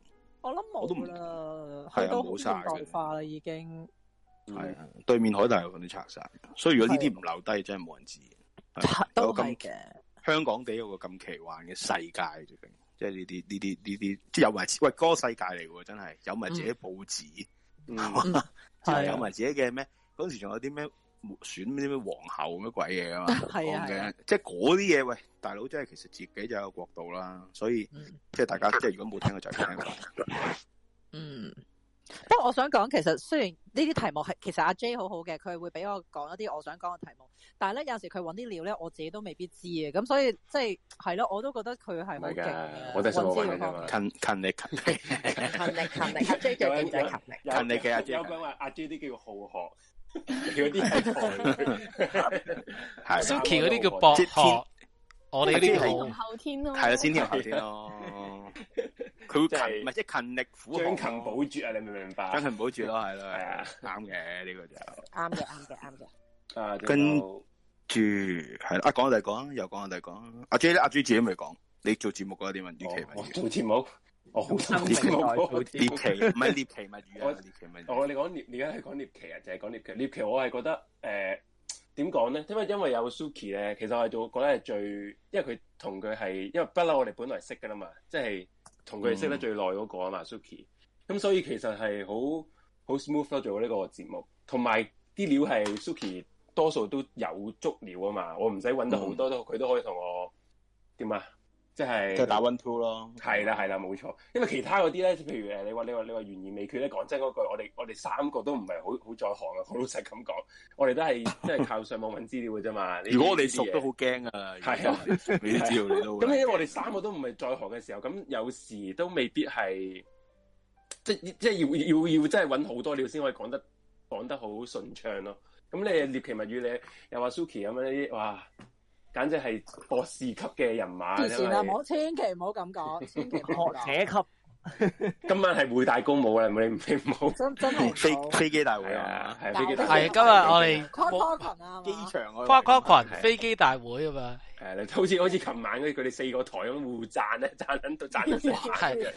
我諗冇啦，啊去到好現代化啦已經。嗯係啊，對面海大部分都拆晒，所以如果呢啲唔留低，真係冇人知。係都有個係咁嘅。香港地有個咁奇幻嘅世界，直情即係呢啲呢啲呢啲，即係有埋喂嗰個世界嚟喎，嗯真 係有埋自己報紙，係嘛係啊有埋自己嘅咩？嗰陣時仲有啲咩選啲咩皇后咩鬼嘢啊嘛， 係啊講係啊嘅，即係嗰啲嘢，喂，大佬，即係其實自己就有個國度啦，所以即係大家即係如果冇聽過就係聽 過，嗯，不過我想講，其實雖然呢啲題目係其實阿 J 好好嘅，佢會俾我講一啲我想講嘅題目，但係咧有陣時佢揾啲料咧，我自己都未必知嘅，咁所以即係係咯，我都覺得佢係好勁啊嘅。我都係想揾資揾料嘅啫方嘛，面勤勤力勤力 勤力勤力，阿 J 最勁就係勤力。有勤力嘅阿姐有個人話阿 J 啲叫好學， 嗰啲係害係 Suki 嗰啲叫博啊即係天學，我哋呢即係啲同後天咯，係啦，啊先天後 天咯。佢會勤唔係即係勤力苦將學，勤補拙啊！你明唔明白？將勤補拙咯，係咯，係啊，啱嘅呢個就。啱嘅啱嘅啱嘅。啊，仲跟有住係啦，啊講我第講啊，又講我第講啊。阿 J 咧，阿 J 自己未講，你做節目嗰啲啊問獵奇物哦我做節目，我哦 好多節目獵奇獵奇唔 係獵奇物語我啊，獵奇物語。我哋講獵，而家係講獵奇啊，就係講獵奇。獵奇我係覺得誒點講咧？因為因為有 Suki 咧，其實我係做覺得係最，因為佢同佢係因為不嬲，我哋本來識噶啦嘛，即係同佢係嗯識得最耐嗰個啊嘛，Suki。咁所以其實係好好 smooth 咯，做呢個節目，同埋啲料係 Suki 多數都有足料啊嘛，我唔使揾得嗯好多都，佢都可以同我點啊？即係即係打 one two 咯，係啦係啦，冇錯。因為其他嗰啲咧，譬如誒，你話你話你話懸而未決咧，講真嗰句，我哋我哋三個都唔係好好在行啊。好老實咁講， 我哋都係即係靠上網揾資料嘅啫嘛。呢啲如果我哋呢啲熟嘢都好驚啊！係啊， 你知道你都咁因為我哋三個都唔係在行嘅時候，咁有時都未必係即即係要要要真係揾好多料先可以講得講得好順暢咯。咁你獵奇物語你又話 Suki 咁樣呢啲，哇，簡直係博士級嘅人馬。黐真線啊！係唔好，千祈唔好咁講，千祈 唔好咁講。者級今晚係會大高舞啦，你唔你唔好真真係飛飛機大會啊，係飛機大係會。今日 我哋跨跨群啊，機場跨跨群飛機大會啊嘛，係啦，好似好似琴晚嗰啲佢哋四個台咁互讚咧，讚緊到讚到係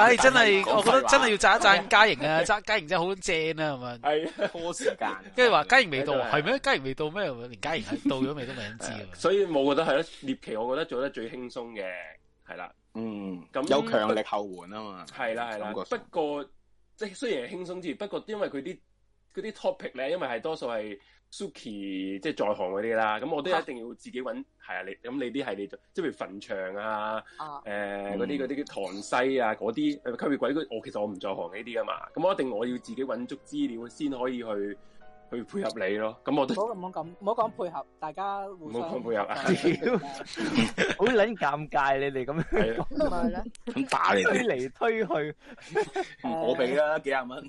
唉真係我覺得真係要讚一讚嘉瑩啊，讚嘉瑩真係好正啊，係咪？係拖時間。跟住話嘉瑩未到啊，係係咩？嘉瑩未到咩？連嘉瑩係到咗未都未人知嗯啊！所以我覺得係咯，獵奇我覺得做得最輕鬆嘅，係啦，嗯，咁有強力後援啊嘛，係啦係啦。感覺不過即係雖然係輕鬆之餘，不過因為佢啲嗰啲 topic 咧，因為係多數係 Suki 即係在行嗰啲啦，咁我都一定要自己揾係啊，你咁你啲係你即係譬如墳場啊，啊誒嗯嗰啲嗰啲唐西啊嗰啲誒吸血鬼嗰，我其實我唔在行呢啲噶嘛，咁我一定我要自己揾足資料先可以去去配合你咯，咁我都唔好 咁咁，唔好講配合，大家互唔相好講配合啊。好撚尷尬，你哋咁樣咪咧，咁打你推哋，嚟推去，我俾啦幾廿蚊，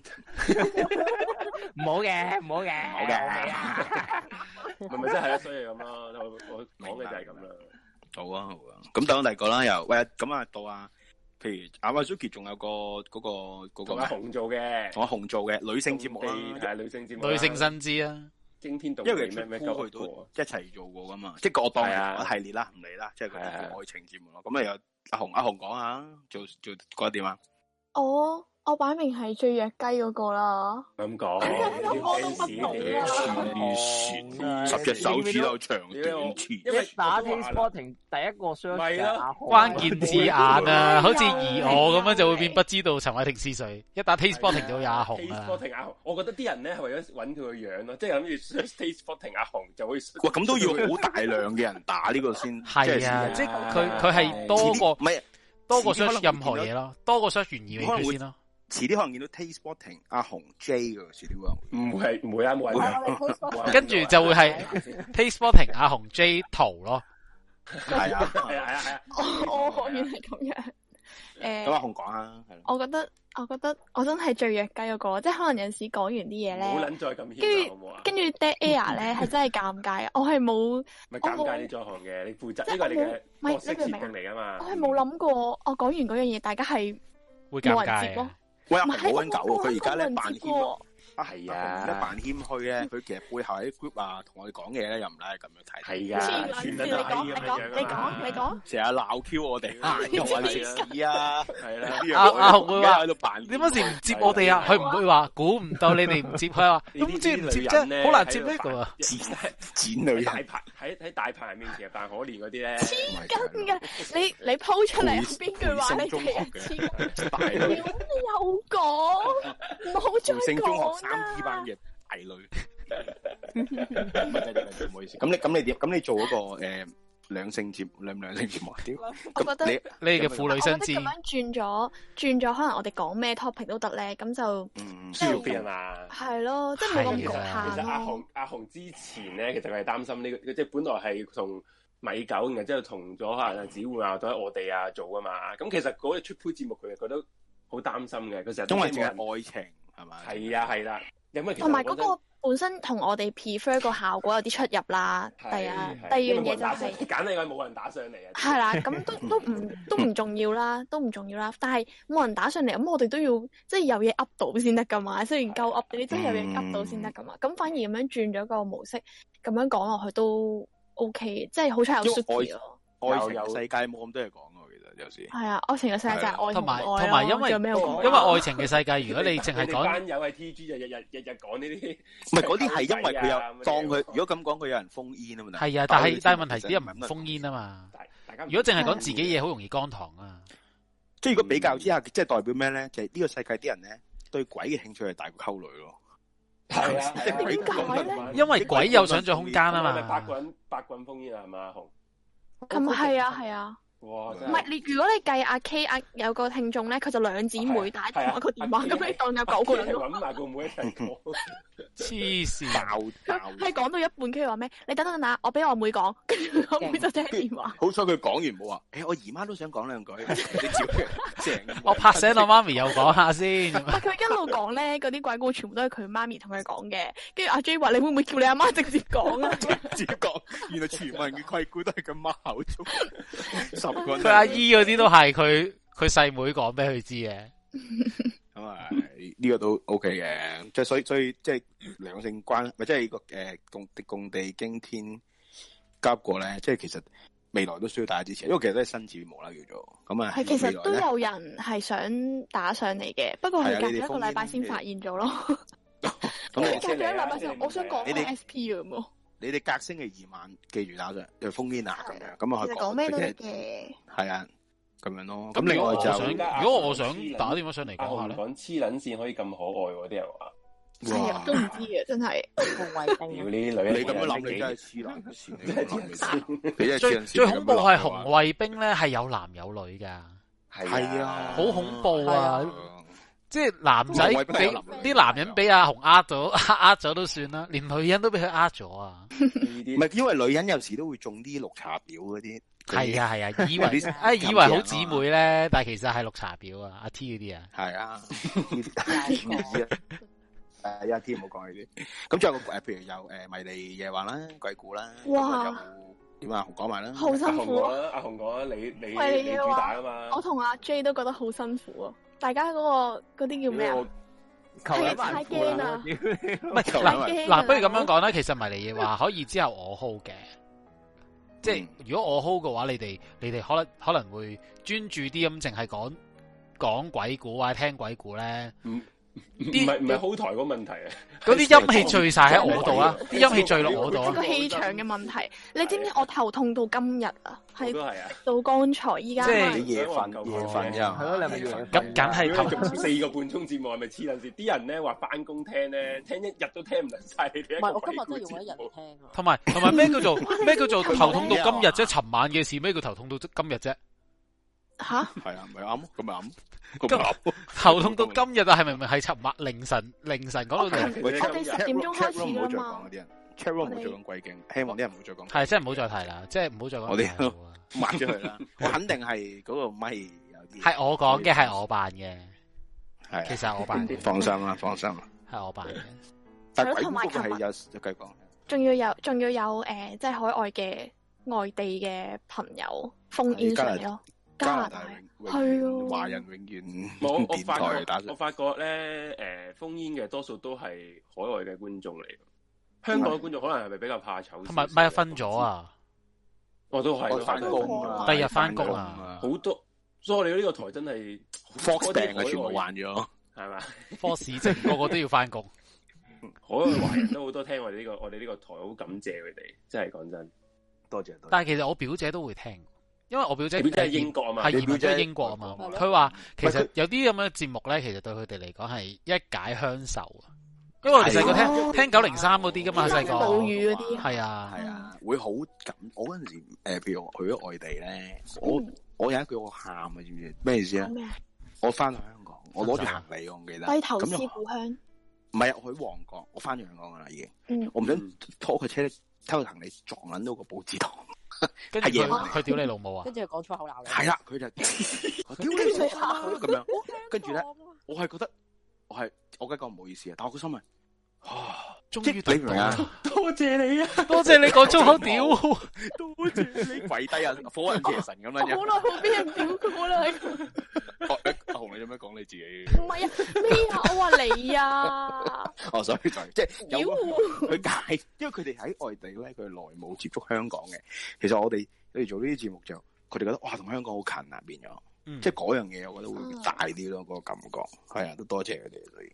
唔好嘅，唔好嘅，唔好嘅，咪咪真係啦，所以咁咯，我我講嘅就係咁啦。好啊好啊。咁等我第二個啦，又喂咁啊到啊，譬如阿 Suki 仲有個嗰個嗰個同阿咩紅做嘅，同阿紅做嘅女性節目啦，係女性節目啦，女性新知啊，驚天動地因為咩佢咩咩救佢佢都過，一齊做過噶嘛，即係個我當係係啊一系列啦，唔理啦，即係佢愛情節目咯。咁啊有阿紅阿紅講下，做做覺得點啊？ 我我擺明係最弱雞嗰個啦，咁講，十隻手指有長短因黐為一打 T Sporting 第一個 search 咪就咯係阿紅關鍵字眼啊，好似疑我咁樣就會變不知道陳偉霆是誰，一打 Taste Spotting 就會有阿紅 Taste 啊。 Spotting 阿紅，我覺得啲人咧係為咗揾佢個樣咯，即係諗住 Taste Spotting 阿紅就可以。哇，咁都要好大量嘅人打呢個先係啊，即係佢佢係多過唔係 多過 search 任何嘢咯，多過 search 懸疑未決先咯。。遲啲可能見到 Taste Sporting 阿紅 J 嘅遲啲會唔會係唔會啊冇人跟住就會係 Taste Spotting 阿紅 J 圖咯。係啊係啊係啊。我哦我原來係咁啊樣。誒 咁阿紅講啊，係咯，我覺得我覺得我真係最弱雞嗰個，即係可能有陣時講完啲嘢唔好咧，撚再咁跟牽手好唔住好啊？跟住 dead air 咧係真係尷尬，我係冇咪尷尬啊你在行嘅，你負責呢個係你嘅角色設定嚟噶嘛我？係冇諗過，我講完嗰樣嘢，大家係會冇人接咯。喂，阿紅好揾狗喎，佢而家咧扮謙，啊係而家啊，扮謙虛咧，佢其實背後喺 group 啊，同我哋講嘢咧又唔拉咁樣睇，係啊，全撚都係咁樣㗎嘛你講，成日鬧 Q 我哋，啊又話你屎啊，係啦 阿阿紅會話喺度扮，你乜時唔接我哋啊？佢唔會話估唔到你哋唔接，佢話呢啲咁接唔接呢啲女人啫？呢好難接呢個啊。剪女喺大牌喺喺大牌面前扮可憐嗰啲咧，跟嘅，你你鋪出嚟邊句話你哋人知？屌你又講，唔好再同性中學講三 D 啦！班嘅大女，唔係繼續繼續唔好意思。咁你咁你點？咁你做嗰個誒兩性節兩兩性節目啊？屌！我覺得你你嘅婦女我身覺姿得咁樣轉咗，轉咗可能我哋講咩 topic 都得咧，咁就舒服啲啊嘛。係咯，即係冇咁其局實啊其限實阿咯。紅阿紅之前咧，其實佢係擔心呢、個，即係本來係同米九，然後之後同咗可能阿子焕啊，或者我哋啊做噶嘛。咁其實嗰個出 pool 節目，佢係覺得好擔心嘅。佢成日都因為希望淨係愛情係嘛？係啊係啦，因為其實同埋我嗰覺得個本身同我哋 prefer 個效果有啲出入啦。第一，啊第二樣嘢就係、簡單講冇人打上嚟啊！係啦，咁 都都唔都唔重要啦，都唔重要啦。但係冇人打上嚟，咁我哋都要即係有嘢噏到先得噶嘛。雖然啊夠噏，你都有嘢噏到先得噶嘛。嗯咁反而咁樣轉咗個模式，咁樣講落去都 OK，即係好彩有因為 Suki 咯。愛愛情有有世界冇咁多嘢講喎，其實有時。係啊，愛情嘅世界就係愛同埋愛同埋，因為為有咩好講啊因為愛情嘅世界，如果你淨係你 哋講班友喺 T G 就日日日日講呢啲，唔係嗰啲係因為佢啊有當佢，如果咁講佢有人封煙啊嘛。係啊，但係但係問題其啲實人唔封煙啊嘛。大家唔如果淨係講自己嘢，好容易乾糖啊。即係如果比較之下，即係代表咩咧？就係呢個世界啲人咧對鬼嘅興趣係大過溝女咯。係啊，係啊點解咧因為鬼有想像空間啊嘛係咪八棍八棍封煙啊，係嘛紅？咁係啊係啊。哇！唔係你，如果你計阿 K 阿有個聽眾咧，佢就兩姊哦妹打啊同一個電話，咁你當有九個人咯。揾埋個妹一齊講，黐線爆爆！ 佢講到一半，佢話咩？你等等等等，我俾我妹講， 跟住我妹就聽電 話。 好彩佢講完冇話，誒我姨媽都想講 兩句，你照佢正。我拍醒我媽咪又講 下先。但佢一路講咧，嗰啲鬼故全部都係佢媽咪同佢講嘅。跟住阿 J 話：你會唔會叫你阿媽直接講 啊？直接講，原來全部人嘅鬼故都係咁媽口 中，十個人佢阿姨嗰啲都係佢佢細妹講俾佢知嘅。咁啊，呢個都 OK 嘅，即係所以所以即係兩性關，咪即係個誒共共地驚天交過咧，即係其實未來都需要大家支持，因為其實都係新節目啦叫做，咁啊係其未實來都呢有人係想打上嚟嘅，不過係啊佢隔咗你哋一個禮拜先封煙發現咗咯。咁隔咗你一個禮拜啊先，我想講你翻哋 SP 咁喎。你哋隔星期二晚記住打上，就封煙啊咁樣，咁啊其去實講咩都得係嘅。係啊，咁樣咯。咁咁另外如果我就想如果我想打電話上嚟阿講下紅咧講黐撚線可以咁可愛喎，啲人話。係啊，我都唔知嘅，真係。屌呢啲女人，你咁樣諗你真係黐撚線，你咁樣諗你真係黐最撚線最你咁樣諗恐怖係嘅話紅衛兵咧，係有男有女噶，係啊好恐怖啊！即係男仔紅衛兵係有男俾啲男啊人俾阿紅呃咗，呃咗都算啦，連女人都俾佢呃咗啊！唔係因為女人有時都會中啲綠茶婊嗰啲。係啊係啊， 以為啲啊以為好姊妹咧，但係其實係綠茶婊啊，阿 T 嗰啲啊，係 啊，誒，一啲唔好講呢啲。咁仲有個誒，譬如有誒迷你夜話啦、鬼故啦，哇！點啊？紅講埋啦。好辛苦啊阿紅講啦，你你喂，你嘅主話打啊嘛。我同阿 J 都覺得好辛苦啊！大家嗰、個嗰啲叫咩啊？求係啊人太還富驚啦啦！唔係求 嗱人嗱，不如咁樣講啦，其實迷你嘢話可以之後我 hold 嘅，即係如果我 hold 嘅話，你哋你哋可能可能會專注啲咁，淨係講講鬼故啊，聽鬼故咧。唔係唔係 hold 台個問題啊，嗰啲陰氣聚晒喺我度啦，啲陰氣聚落我度係啊個！氣場嘅問題。你知唔知我頭痛到今日啊？係都係啊到剛才依家即係係夜瞓夜瞓啫，係咯，你咪夜咁梗係如果頭你做四個半鐘節目係咪黐撚線？啲人咧話翻工聽咧，聽一日都聽唔撚晒你哋一唔個係，鬼我故節目。今日真係用一日聽啊！同埋同埋咩叫做 咩叫做頭痛到今日啫？尋晚嘅事咩叫頭痛到今日啫？吓係啊，咪啱咯，咁咪啱，咁咪啱。頭痛到今日啊，係咪咪係尋晚凌晨凌晨講到凌晨？我哋哦十點鐘開始唔好再㗎講嘛嗰啲人，chat room 唔好再講鬼經，希望啲人唔好再講。係真係唔好再提啦，即係唔好再講。我哋都 抹咗佢啦。我肯定係嗰個咪有啲。係我講嘅，係我扮嘅，係啊其實係我扮嘅，放心啦，放心啦。係我扮嘅。但係咯鬼故同埋嗰個係琴日有有繼續講。仲要有仲要有誒、呃即係海外嘅外地嘅朋友封係煙加上拿嚟咯。加加拿拿大大永係啊，華人永遠我我電發台打覺上我發覺咧，誒、封煙嘅多數都係海外嘅觀眾嚟嘅，香港嘅觀眾可能係咪比較怕醜？同埋唔係分咗啊！我哦都係我返工啊第日翻工啊，好多，所以我哋呢個台真係 Fox 病啊，全部患咗。係嘛？科市政個個都要翻工。 海外華人都好多聽我哋呢、個，我哋呢個台好感謝佢哋，真係講真，多謝多謝。但係其實我表姐都會聽，因為我表姐你表姐係英國啊嘛係你移民表姐咗英國啊嘛。係咯佢話其喂實佢有啲咁樣嘅節目咧，其實對佢哋嚟講係一解鄉愁啊，因為我哋細個係聽啊聽九零三嗰啲噶嘛，細個暴雨嗰啲係啊，係啊，會好感。我嗰陣時誒，譬如我去咗外地咧，我我有一句我喊啊，知唔知咩意思啊？嗯咩啊？我翻到香港，我攞住啊行李，我唔記得。低頭咁思就故鄉。唔係啊，我去旺角，我翻咗香港噶啦已經。嗯我唔想拖佢車咧，偷個行李撞撚到個報紙檔。 跟住佢屌你老母啊！跟住佢講粗口鬧你。係啦， 佢就我屌你老母啊咁樣，跟住咧，我係覺得我係我梗係講唔好意思啊，但我個心係，啊終於你明唔明啊？多謝你啊，多謝你講粗口屌我，多謝你跪低啊，火雲邪神咁樣好耐啫。冇俾人屌過啦，唔阿紅，你做咩講你自己？係啊，咩啊？我話你 啊，哦，sorry sorry，即係有佢解，因為佢哋喺外地咧，佢哋耐冇接觸香港嘅。其實我哋我哋做呢啲節目就，佢哋覺得哇，同香港好近啊，變咗，嗯即係嗰樣嘢，我覺得會大啲咯，嗰個感覺。係啊，都多謝佢哋，所以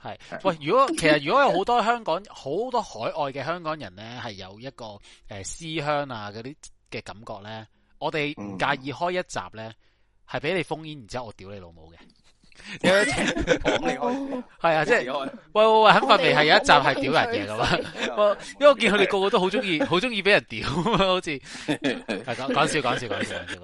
係喂，如果其實如果有好多香港 好多海外嘅香港人咧，係有一個誒思鄉啊嗰啲嘅感覺咧，我哋唔介意開一集咧，係俾你封煙，然之後我屌你老母嘅。你有一集講你開，係啊，即係我哋開喂喂喂，肯發未係有一集係屌人嘅咁啊我哋！我因為我見佢哋個個都好中意，好中意俾人屌啊，好似係 講講笑講笑講笑講笑。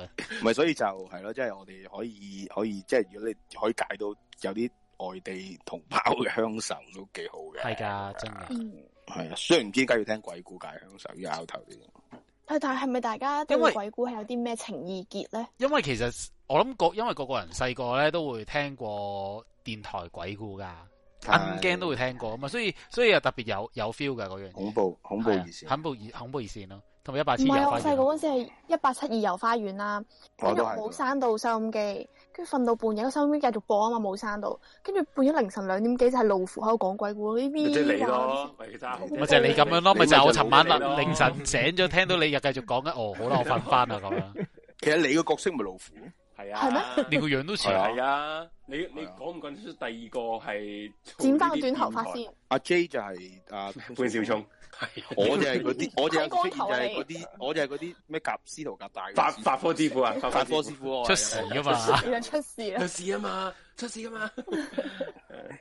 唔係，所以就係咯，即係我哋可以可以，即係如果你可以解到有啲外地同胞嘅鄉愁都幾好嘅。係㗎，真嘅。嗯係啊，雖然唔知點解要聽鬼故解鄉愁，要拗頭啲。但但係咪大家對鬼故係有啲咩情意結咧？因為其實我諗個，因為個個人細個咧都會聽過電台鬼故㗎，係暗驚都會聽過啊嘛，所以所以又特別有有 feel 嘅嗰樣嘢。恐怖恐怖係啊熱線恐怖熱恐怖熱線咯，同埋一百唔次遊係啊，花我細園個。嗰陣時係一八七二遊花園啦，我跟住都我係冇閂到收音機，跟住瞓到半夜個收音機繼續播啊嘛，冇閂到，跟住半夜凌晨兩點幾就係老虎喺度講鬼故呢咪邊，即係你咯，咪就係咪就係你咁樣咯，咪就係我尋晚啊你咪就係老虎凌晨醒咗，聽到你又繼續講緊，哦， 好啦，我瞓翻啦咁樣。其實你個角色咪老虎，係啊係咩你個樣都似啊係啊！你你講唔講得出第二個係剪翻個短頭髮先。阿 J 就係阿潘少聰，我就係嗰啲，我就係剃光出現就頭啊係你嗰啲，我就係嗰啲咩夾司徒夾帶法法科之 父啊法科法之父科師出傅啊事啊嘛出事有事啊嘛，出事啊嘛，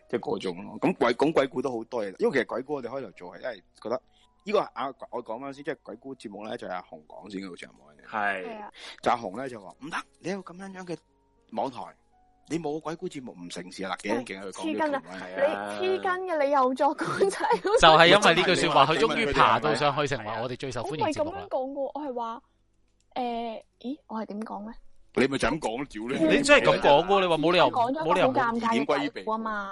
即係嗰種咯。咁鬼咁鬼故都好多嘢，因為其實鬼故我哋開頭做係因為覺得呢個係阿我講翻先，即係鬼故節目咧就係阿紅講先嘅，好似係冇人。係啊就阿紅咧就話唔得，你有咁樣樣嘅網台，你冇鬼故節目唔成事啦，啊幾勁黐佢講呢筋個啊！權威你黐筋嘅，你又作古仔，就係因因為呢句說話，佢終於爬到上去成為我哋最受我歡唔迎係節咁目樣啦。講過，我係話誒，咦，我係點講咧？你咪就咁講咯，屌你！你真係咁講喎，你話冇理由我講咗冇理個由好尷尬嘅點歸於鬼鼻故啊嘛，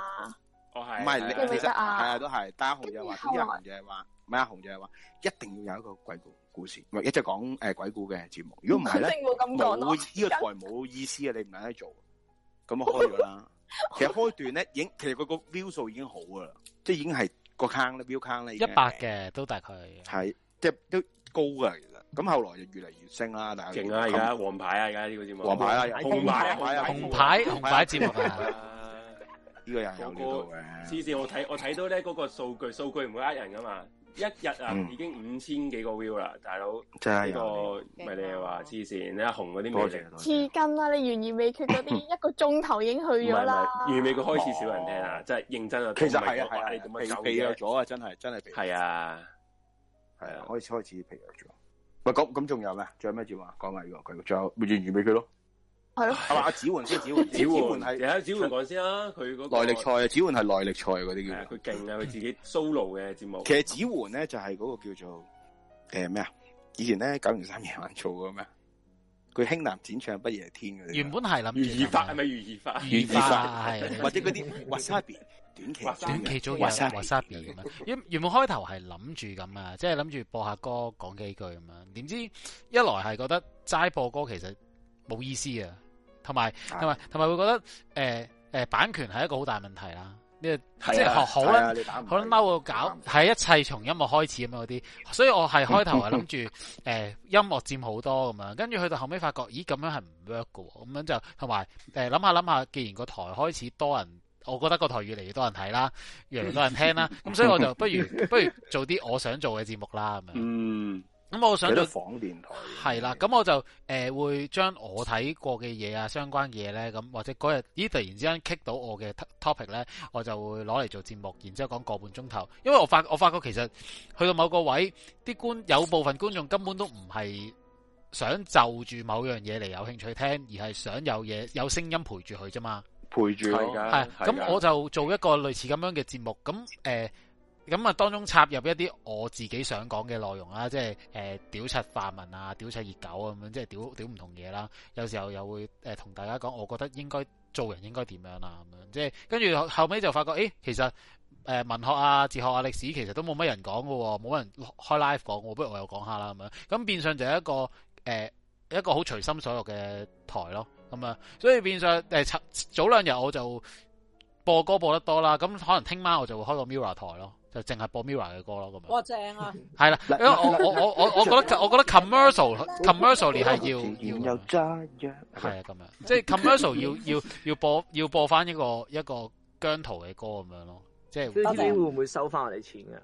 我係唔係你記唔記其實得係啊啊都係，但阿紅就話，跟住後點解來阿紅就係話，唔係阿紅就係話，一定要有一個鬼故故事，唔係一直講誒鬼故嘅節目。如果唔係咧，一定會咁講咯冇呢個台冇意思嘅，你唔肯做。咁我開咗啦。其實開段咧，已經其實佢個 view 數已經好噶啦，即係已經係個坑咧，view 坑咧一百嘅都大概。係即係都高噶其實。咁後來就越嚟越升啦，但係勁啊！而家黃牌啊，而家呢個節目黃牌啊紅牌啊紅牌紅牌節目啊！呢個又啊有料到嘅。黐線，我睇我睇到咧嗰個數據，數據唔會呃人噶嘛。一日啊，嗯已經五千幾個 view 啦，大佬。真係呢啊個咪你話黐線，你阿紅嗰啲多魅謝力。黐筋啦！你懸而未決嗰啲一個鐘頭已經去唔咗係唔啦。係，預尾佢開始少人聽啊，真係認真啊。哦其實都唔係啊講話係啊你點樣走疲疲弱嘅咗啊，真係真係疲弱係啊，係啊，開始開始疲弱咗。喂，咁咁仲有咩？仲有咩節目啊？講埋呢個佢，仲有完完俾佢咯。係咯，係嘛？阿子煥先，子煥，子桓係係啊，子桓講先啦，佢嗰個內力賽啊，子煥係內力賽嗰啲叫佢做。勁啊，佢自己 solo 嘅節目。其實子煥咧就係嗰個叫做誒咩啊？以前咧九零三夜晚做嘅咩？佢興南展唱不夜天嗰啲。原本係諗住如意法係咪如意法？願意發係或者嗰啲 wasabi 短期短期組嘅 w a 咁樣，原原本開頭係諗住咁啊，即係諗住播下歌講幾句咁樣，點知一來係覺得齋播歌其實冇意思啊，同埋同埋同埋會覺得誒誒、呃版權係一個好大問題啦。呢係個啊即係學好係啊啦你打唔，好啦嬲我搞係一切從音樂開始咁樣嗰啲，所以我係開頭係諗住誒音樂佔好多咁樣，跟住去到後尾發覺，咦咁樣係唔 work 嘅喎，咁樣就同埋誒諗下諗下，既然個台開始多人，我覺得個台越嚟越多人睇啦，越嚟越多人聽啦，咁所以我就不如不如做啲我想做嘅節目啦咁樣。嗯，咁我想有做得仿電台。係啦，咁我就誒、呃、會將我睇過嘅嘢啊，相關嘢咧，咁或者嗰日咦突然之間 kick 到我嘅 to- topic 咧，我就會攞嚟做節目，然之後講個半鐘頭。因為我發我發覺其實去到某個位，啲觀有部分觀眾根本都唔係想就住某樣嘢嚟有興趣聽，而係想有嘢有聲音陪住佢啫嘛。陪住咯，啊係啊啊咁我就做一個類似咁樣嘅節目，咁誒咁啊當中插入一啲我自己想講嘅內容啦，即係誒屌柒泛民啊，屌柒熱狗啊咁樣，即係屌屌唔同嘢啦。有時候又會誒同、大家講，我覺得應該做人應該點樣啊咁樣，即係跟住後後尾就發覺，誒、其實誒、呃文學啊、哲學啊、歷史其實都冇乜人講嘅喎，冇乜人開 live 講喎，不如我又講下啦咁樣，咁變相就係一個誒。呃一個好隨心所欲嘅台咯，咁啊，所以變相誒尋早兩日我就播歌播得多啦，咁可能聽晚我就會開個 Mirror 台咯，就淨係播 Mirror 嘅歌咯，咁樣哇正啊！係啦，因為我我我我我覺得我覺得 commercial commercial 係要然又揸藥，係啊咁樣，即係 commercial 要 要要播要播翻一個一個姜濤嘅歌咁樣咯，即係呢啲會唔會收翻我哋錢㗎？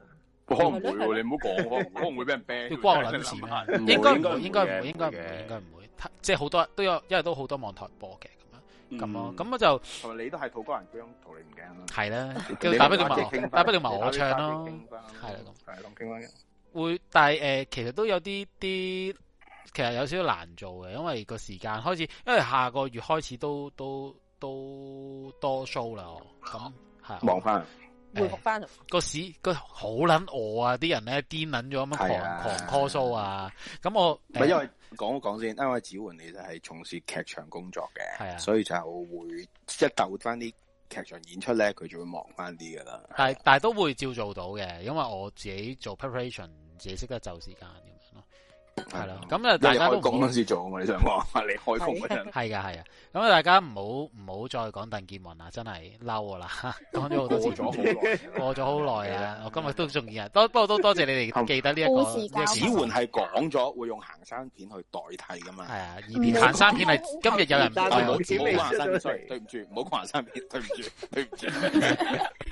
可能唔會喎，你唔好講 喎，可能會俾人 ban。要關我撚事 咩？啊應該唔會，應該唔會，應該唔會，應該唔會。即係好多都有，因為都好多網台播嘅嗯咁樣啊咁咯。咁我就同埋你都係土瓜灣姜濤，你唔驚啦。係啦你，叫大不你了打問擊我，傾大不了翻問我你打擊唱咯傾翻，係啦咁。係咁傾翻嘅。會，但係誒、呃其實都有啲啲，其實有少少難做嘅，因為個時間開始，因為下個月開始都都都多 show 啦，我咁係啊望翻回復翻。個市個好撚餓啊！啲人咧癲撚咗咁樣係狂啊狂 call show 啊！咁我唔係因為講一講先，因為子桓你就係從事劇場工作嘅，係啊所以就會一鬥翻啲劇場演出咧，佢就會忙翻啲噶啦。但係但係都會照做到嘅，因為我自己做 preparation，自己識得就時間咁樣咯。係啦，咁嗯啊，因為大你家都開唔好工嗰陣時做啊嘛，你想講你開工嗰陣係噶係啊，咁啊大家唔好唔好再講鄧健雲啦，真係嬲 我啦，講咗好多次，過咗好耐過咗好耐啊！我今日都仲要， 多不過都多謝 你哋記得呢一個子呢一個桓係講咗會用行山片去代替噶嘛？係啊，而行 山片係今日有人唔好代我講行山片，sorry，係對唔住，唔好講行山片，對唔住，對唔住。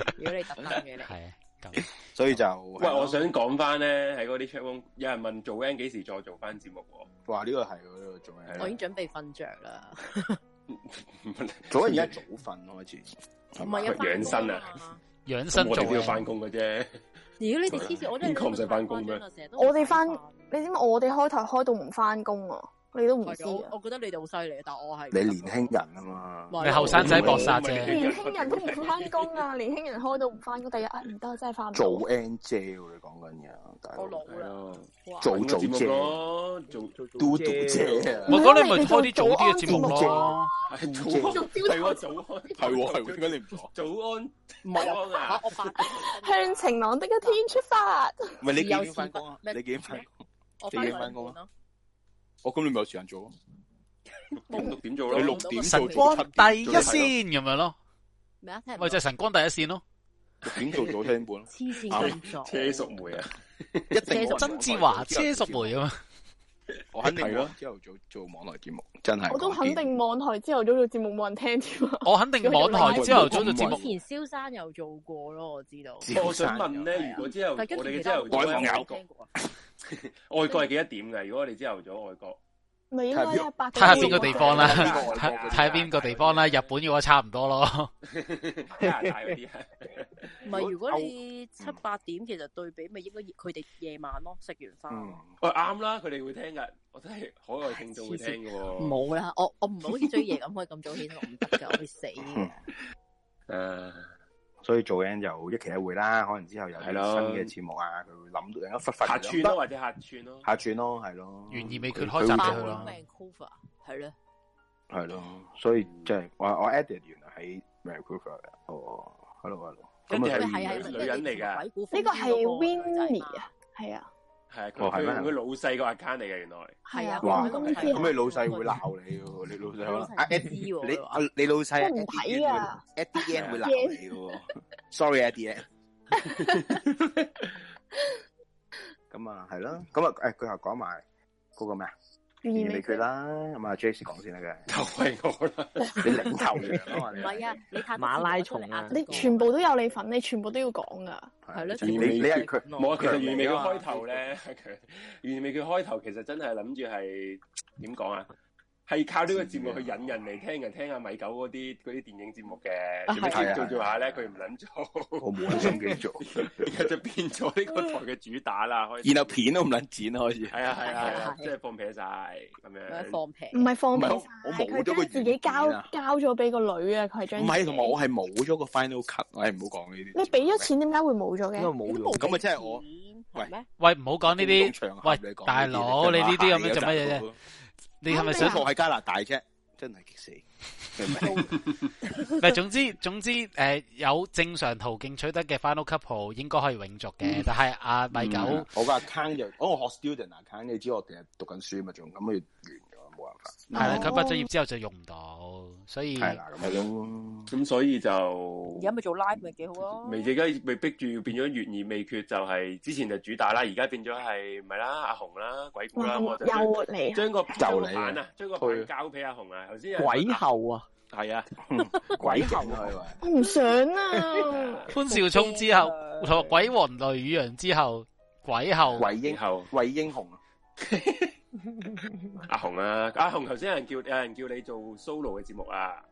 如果你特登嘅你，係所以就喂，我想講翻咧，喺嗰啲 chat room，有人問做 N 幾時再做翻節目喎？啊哇，呢個係喎，呢個做咩？我已經準備瞓着啦。 早而家早瞓開始，唔係啊養生啊，養生我哋都要做嘅翻工嘅啫。屌你哋黐線，我真係邊個唔使翻工咩？我哋翻，啊你知唔知我哋開台開到唔翻工啊？你都唔知我我覺得你哋好犀利，但我係你年輕人啊嘛，你後生仔搏殺啊！年輕人都唔翻工 啊！年輕人開到唔翻工，第日啊唔得，真係翻唔到。做 N J 你講緊嘢，大佬我老啦，做做做節目 J，咯，做做嘟嘟 J 啊，我講你咪開啲早啲嘅節目咯，早安係喎，早安係喎係喎，點解你唔做？早安，唔係 啊，我八向晴朗的一天出發。唔係你幾點翻工啊？你幾點翻工？我你翻幾兩點翻點工咯啊？。我咁你咪有時間做啊？六六點做咯，你六點做晨做光七第點一做七線咁樣咯，咩啊？聽唔咪到就係晨光第一線咯。點做早七點半咯？ 啊黐線咁早車淑梅啊，一定冇人曾志華朝頭車淑梅啊嘛，我肯定咯，朝頭早做網台節目真係。我都肯定網台朝頭早做節目冇人聽添啊！ 我肯定網台朝頭早做節之目。前蕭生有做過咯，我知道。我想問咧，如果之後我但跟住哋嘅其朝他頭早我有聽過啊外國係幾多點㗎？如果我哋朝頭早外國，咪應該係八睇點下邊個地方啦，睇下邊個地方睇睇下邊個地方啦。日本嘅話差唔多 咯，加拿大嗰啲啊，唔係，如果你七嗯八點其實對比，咪應該佢哋夜晚咯，食完飯。嗯喂哦啱啦，佢哋會聽㗎，我真係海外聽眾會聽㗎喎。冇啦，我我唔係好似追夜咁可以咁早起身，我唔得㗎，我會死嘅。誒，所以做 N 就一期一會啦，可能之後有啲係咯新嘅節目啊，佢會諗到另一忽忽客串咯，或者客串咯。下轉咯，係咯，懸而未決佢開閘俾爆佢咯咯。Vancouver 係咧，係咯，所以即係我我 edit 原來喺 Vancouver 嘅，哦，hello hello，跟住咁係啊係係女女人嚟㗎鬼故風呢個嗰個係女仔 Winnie 嘛啊，係啊，係啊，佢哦係咩佢佢老細個 account 嚟嘅，原來係啊，哇，佢咁係咁你老細會鬧你喎，你老細可能啊老細 Eddie，知喎你啊你老細我唔睇啊 e d d i N 會鬧你嘅，sorry 啊 Eddie 咁啊係咯，咁啊誒佢又講埋嗰個咩啊？悬而未決啦，咁啊 Jace 講先啦嘅，就係我啦， 你領頭羊啊嘛，唔你係啊，你睇馬拉松啊你全部都有你份，你全部都要講噶。係咯，你你係佢冇啊！其實原味佢開佢頭咧， 佢原味佢開頭其實真係諗住係點講啊？係靠呢個節目去引人嚟聽人聽下米九嗰啲嗰啲電影節目啊嘅，做咩係啊做做下咧，佢唔撚做，我冇心機 做，然後就變咗呢個台嘅主打啦。開始然後片都唔撚剪開始，係啊係啊係啊，即係放撇晒咁樣。屁唔係放屁晒，我佢冇咗將個自己交啊交咗俾個女啊，佢係將唔係，同埋我係冇咗個 final cut，我係唔好講呢啲。你俾咗錢，點解會冇咗嘅？咁啊，即係我喂喂，唔好講呢公眾場合你啲，講大佬你呢啲咁樣做乜嘢？真係啫？你係咪真想係我喺加拿大啫？真係激死！唔係，總之總之，誒、有正常途徑取得嘅 final couple 應該可以永續嘅，但係阿米九嗯我個 account 就哦我個學 student account，你知我哋係讀緊書嘛，仲咁佢係啦，佢畢咗業哦之後就用唔到，所以係啦係咯，咁所以就而家咪做 live 咪幾好啊！未而家被逼住變咗懸而未決，就係之前就主打啦，而家變咗係咪啦？阿紅啦，鬼故啦，哇我就又嚟啊將個就將個嚟啊版啊，將個推版交俾阿紅啊。頭先有人 鬼問后啊，係啊，鬼後啊， 我唔想啊！ 潘兆聰之後啊同埋鬼王雷宇陽之後，鬼後鬼英後鬼英雄啊阿紅啊，阿紅頭先有人叫有人叫你做 solo 嘅節目啊，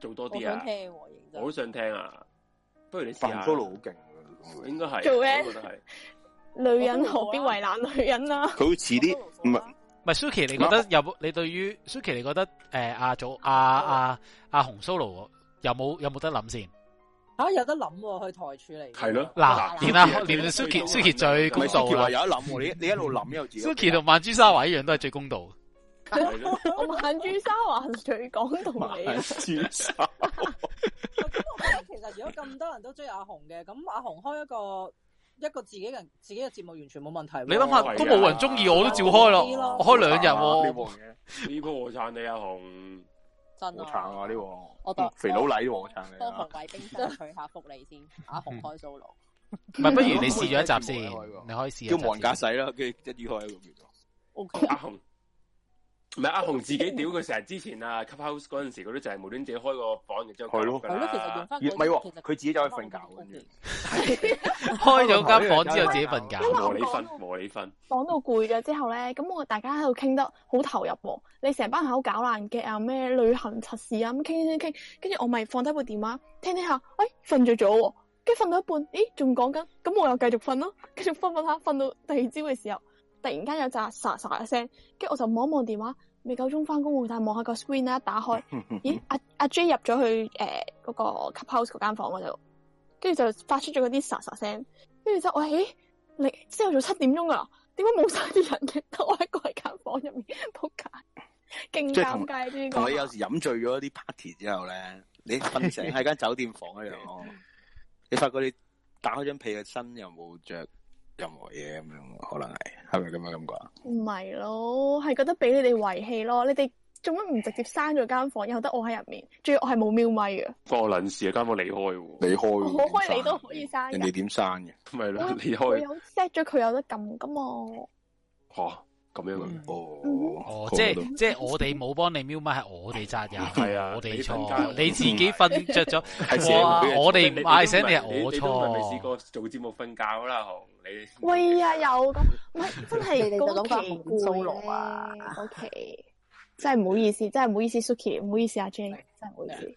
做多啲我啊想，聽喎認我真好想聽啊，不如你試扮下 solo 好勁，啊應該係做咩我都覺得係女人何必為難女人啊？佢好似啲唔係唔係 Suki，你覺得有冇？你對於 Suki，你覺得誒阿祖阿阿阿紅 solo 有冇有冇得諗先？嗯吓有得諗喎，去台處嚟。係咯嗱連阿連 Suki- 啊 Suki 最公道啦啊唔係 Suki 話有得諗喎，你你一路諗一路自己啊 Suki 同曼珠沙華一樣，都係最公道。我曼珠沙華最講同 你 啊！珠沙其實如果咁多人都追阿紅嘅，咁阿紅開一個一個自己人自己嘅節目，完全冇問題喎。啊你諗哦下，都啊冇人中意，我都照開係咯啊，我開兩 日呢喎。鑊嘢呢波我撐你阿紅，真我啊！撐啊呢鑊，我當肥佬禮喎我撐你幫啊馮，偉冰上去下福利先，阿紅開 solo。嗯唔係，不如你試啊咗一集先，你可以試一集叫先。黃格使啦，跟住一於開一個月。 O K，阿紅唔係阿紅自己屌佢，成日之前啊 Clubhouse 嗰陣時，佢都就係無端自己開個房，然之後係咯，唔係喎，佢自己走去瞓覺跟住。開咗間房之後自己 瞓覺，和你瞓，和你瞓。講到攰咗之後咧，咁我大家喺度傾得好投入喎。你成班人喺度搞爛 g 啊，咩旅行測試啊，咁傾傾傾，跟住我咪放低部電話聽聽下，哎瞓着咗喎，跟住瞓到一半，咦仲講緊，咁我又繼續瞓咯，繼續瞓瞓下，瞓到第二朝嘅時候，突然間有扎沙沙嘅聲，跟住我就望一望電話，未夠鐘翻工喎，但係望下個 screen 咧，一打開，嗯咦阿阿 J 入咗去誒呃嗰、個 clubhouse 嗰間房嗰度。跟住就發出咗嗰啲沙沙聲，跟住就我咦，你朝頭早七點鐘啊，點解冇晒啲人嘅？得我一個喺間房入面，仆街，勁即係尷同尬呢同你有個。時飲醉咗啲 party 之後咧，你瞓醒喺間酒店房一樣 咯。你發覺你打開張被嘅身又冇着任何嘢咁樣，可能係係咪咁嘅感覺啊？唔係咯，係覺得俾你哋遺棄咯，你哋做乜唔直接閂咗間房，又得我喺入面，仲要我係冇瞄咪嘅，關我撚事啊！間房你開喎，你開我開你都可以閂㗎。點刪嘅？咪我咯，你我開有 set 咗佢有得撳噶嘛？吓咁樣啊？哦哦，即係即係我哋冇幫你瞄咪，係我哋責任，係啊我哋你瞓錯，覺你自己瞓着 係社咗，會哇！嘅我哋你唔你都嗌醒唔你係係我你都未試錯，過做節目瞓覺啦，紅你喂啊，有咁，唔係真係你哋就嗰諗法期紅攰 solo 咧，嗰期真係唔好意思，真係唔好意思，Suki，唔好意思阿 J，真係唔好意思。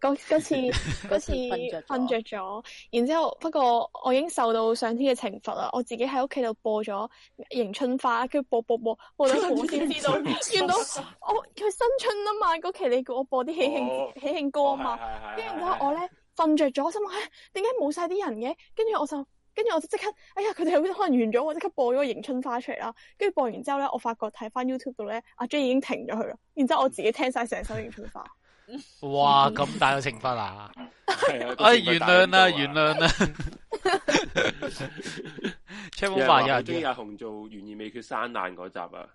嗰 嗰次嗰次瞓着咗瞓着咗，然之後不過我已經受到上天嘅懲罰啦。我自己喺屋企度播咗《迎春花》，跟住播播播播到我 先知道，原來我佢新春啊嘛，嗰期你叫我播啲喜哦慶喜慶歌啊嘛，跟住之後我咧瞓着咗，我心諗唉點解冇晒啲人嘅？跟住我就跟住我就即刻，哎呀佢哋可能完咗，我即刻播咗個迎春花出嚟啦。跟住播完之後咧，我發覺睇翻 YouTube 度咧，阿 J 已經停咗佢啦。然之後我自己聽晒成首迎春花。哇！咁大嘅懲罰啊！ 係啊哎，原諒啦，原諒啊啦。Channel 話有人中意阿紅做懸而未決生爛嗰集啊，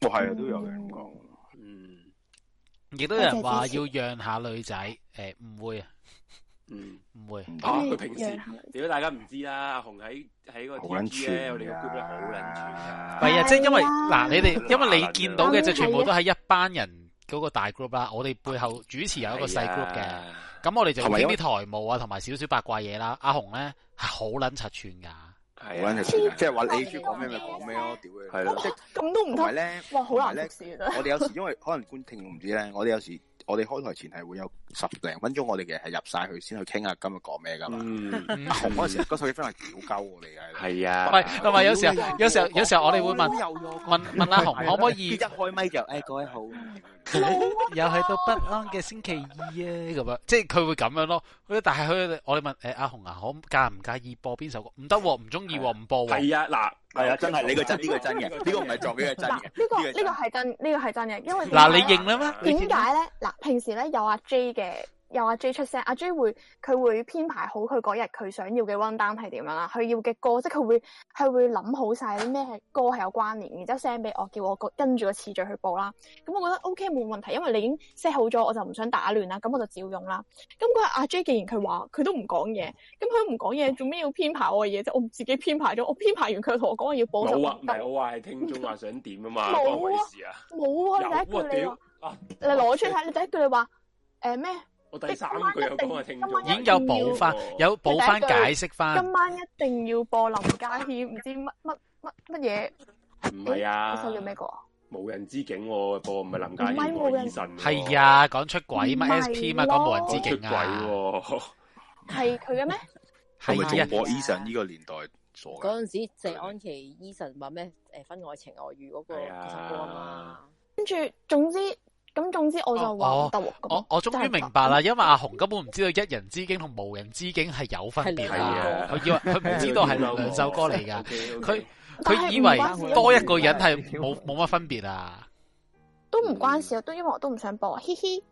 我係啊，都有人咁講。嗯，亦都有人話要讓下女仔，誒唔會啊，嗯，唔會啊！佢平時屌大家唔知啦，阿紅喺喺個好撚 T G 咧，串我哋個 group 咧好撚串唔啊！係啊，即係因為嗱，你 哋因為你見到嘅就全部啊都係一班人嗰個大 group 啦，我哋背後主持有一個細 group 係嘅啊，咁我哋就會同埋傾有啲台務啊，同埋少少八卦嘢啦。阿紅咧係好撚柒串 好㗎，啊撚啊柒串㗎即係話你中意講咩咪講咩咯，屌你！係咯，即係咁都唔同埋咧得，哇，好同埋難咧服侍啊我哋有時因為可能觀聽唔知咧，我哋有時我哋開台前係會有十零分鐘，我哋嘅係入晒去先去傾下今日講咩噶嘛。阿紅嗰陣時嗰十幾分鐘係屌鳩我哋嘅。係啊唔係嗯同埋有時候有時候有時候我哋會問問問阿紅可唔可一以開咪就誒各位好，又係到不安嘅星期二啊，咁樣，即係佢會咁樣咯。但係佢我哋問誒阿紅啊，可唔介唔介意播邊首歌？唔得喎，唔中意喎，唔播喎。係啊嗱係啊真係你個真呢個真嘅呢個唔係撞嘅呢個真嗱，呢個呢個係真，呢個係真嘅，因為嗱，你認啦咩？點啊解咧？嗱，平時咧有阿 J 嘅，有阿 J 出聲，阿 J 會佢會編排好佢嗰日佢想要嘅 run down 係點樣啦，佢要嘅歌，即係佢會佢會諗好晒啲咩係歌係有關聯，然之後 send 俾我，叫我個跟住個次序去播啦。咁我覺得 OK 冇問題，因為你已經 set 好咗，我就唔想打亂啦，咁我就照用啦。咁嗰日阿 J 既然佢話佢都唔講嘢，咁佢唔講嘢做咩要編排我嘅嘢啫？我自己編排咗，我編排完佢同我講我要播就冇啊，唔唔得係我話係聽眾話想點啊嘛，冇啊關我鬼事啊！冇啊！你第一有句你屌話。啊！你攞出嚟睇，你第一句你話誒咩？我第三句有講啊，聽眾已經有補翻，有補你翻第一句解釋翻。今晚一定要播林家謙，唔知乜乜乜乜嘢？唔係嗰首叫啊，咩歌啊？無人之境喎，播唔係林家唔係謙無喎，人醫生係啊，講出軌嘛唔係，SP 嘛，講無人之出境啊。軌喎。係佢嘅咩？係咪係啊仲播 Eason 呢個年代傻㗎？嗰陣時，謝安琪、Eason 話咩誒婚外情外遇嗰個嗰首歌啊嘛，跟住總之咁總之我就話唔哦得喎。我我終於明白啦，因為阿紅根本唔知道一人之境同無人之境係有分別係啊啊！佢以為佢唔知道係兩首歌嚟㗎，佢但係佢以為多一個人係冇冇乜分別啊，都唔關事啊， 都因為我都唔想播，嘻嘻。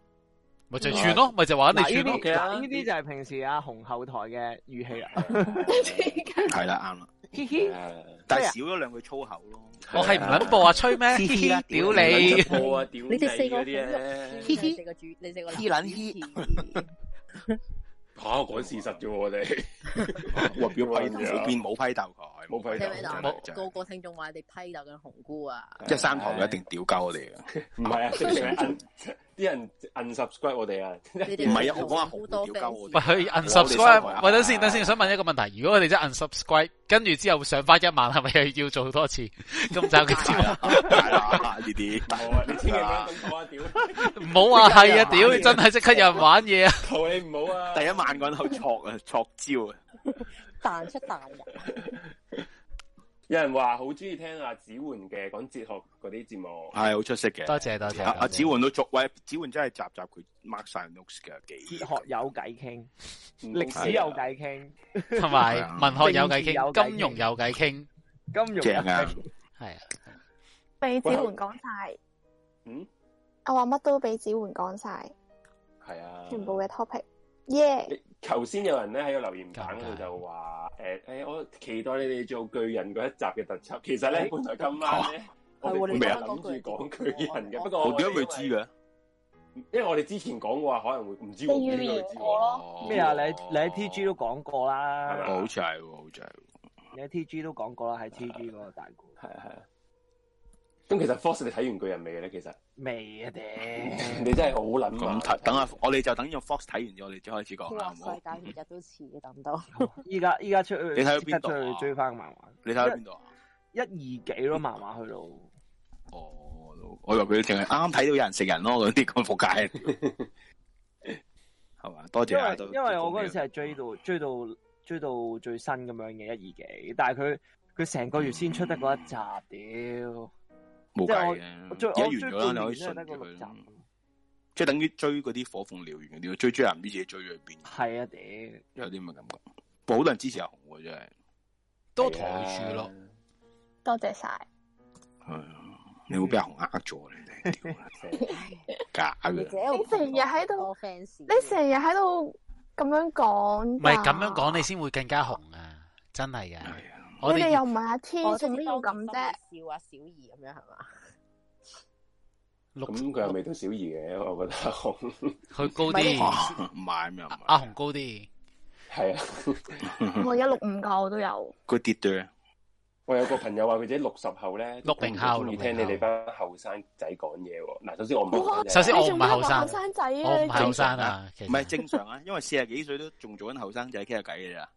咪就係串咯，咪就話你嗱串呢咯。啲嗱呢啲就係平時阿紅後台嘅語氣啦。係啦，啱啦。嘻嘻，但係啊少咗兩句粗口咯。我係唔撚播啊，吹咩？嘻嘻，屌你！播啊，屌你哋四個嗰好啲咧肉酸啊，你四個主，你四個男主持， 嚇講事實啫喎，我哋 我表批冇變冇批鬥佢，冇批你咪鬥嗱，真係啊個個聽眾話你批鬥緊紅菇啊，即係三堂佢一定屌鳩我哋嘅。唔 係啊，直情係 un- 啲人 unsubscribe 我哋啊，你哋唔係啊我講阿紅多屌鳩我喂，佢 unsubscribe，喂等先，等先，想問一個問題，如果我哋真係 unsubscribe，跟住之後上翻一萬，係咪又要做多次咁就嘅節 目？呢啲冇啊，你千祈唔好咁講啊，屌！唔好話係啊，屌！真係即刻有人玩嘢啊！求你唔好啊！ 第一晚嗰陣好挫啊，挫招啊，彈出彈入，有人話好中意聽阿子煥嘅講哲學嗰啲節目，係好出色嘅。多謝多謝阿阿多謝子煥都作喂，子煥真係集集佢 mark 晒 notes 嘅哲幾學有偈傾，嗯歷史有偈傾，同埋文學有偈政治有偈傾，金融有偈傾，金融正有偈啊傾！ 係啊，俾子桓講晒，嗯，我話乜都俾子桓講晒，係啊，全部嘅 topic。耶！頭先有人咧喺個留言板度就話誒誒，我期待你哋做巨人嗰一集嘅特輯。其實咧，本來今晚咧，我係喎哋你本來講諗講住巨人講巨人哦嘅，不過我我點解哋會知嘅？因為我哋之前講過話可能會唔知你喎，預邊個言會知我喎咯，咩啊？你你喺 T G 都講過係咪啦，啊哦，好似 係喎，好似係喎。你喺 T G 都講過啦，喺 T G 嗰個大股係啊係啊。咁其實 Force 你睇完巨人未咧？其實未啊嗲，你真係好撚咁慢睇等下，我哋就等咗 Fox 睇完咗，我哋先開始講啦，好哇！世冇？界末日都似嘅，等 到哦依家依家出去，你睇到邊即刻度啊出去追翻漫畫，你睇到邊度啊？一二幾咯，漫畫去到哦，我以為佢淨係啱啱睇到有人食人咯，嗰啲咁仆街， 係嘛？多謝啊，因都啊為因為我嗰陣時係追到追到追到最新咁樣嘅一二幾，但係佢佢成個月先出得嗰一集，屌！冇即計係我嘅，嗯我追而家我完追咗啦，半年你可以都係順得住嗰六佢集啦，，嗯即係等於追嗰啲火鳳燎原嗰啲，追追又唔知自己追咗去邊，係啊屌！有啲咁嘅感覺。不過好多人支持阿紅喎，真係啊都台柱咯。多謝晒。係啊，你會俾阿紅呃咗你哋， 屌假啊你嘅。自你己成日喺度多，fans，你成日喺度咁樣講。唔係咁樣。講，你先會更加紅啊！真係噶，啊我你哋又哋唔係阿我天，做咩要咁啫？笑啊小儀咁樣係嘛？六咁佢又未到小儀嘅，我覺得阿紅佢高啲唔係咩？阿紅高啲，係啊，我一六五個我都有，佢跌對，我有個朋友話佢自己六十後咧，六零後中意聽你哋班後生仔講嘢喎。嗱，首先我唔哇係，首先我唔係後後生仔啊，你後生啊其唔實係正常啊，因為四十幾歲都仲做緊後生仔傾下偈嘅咋，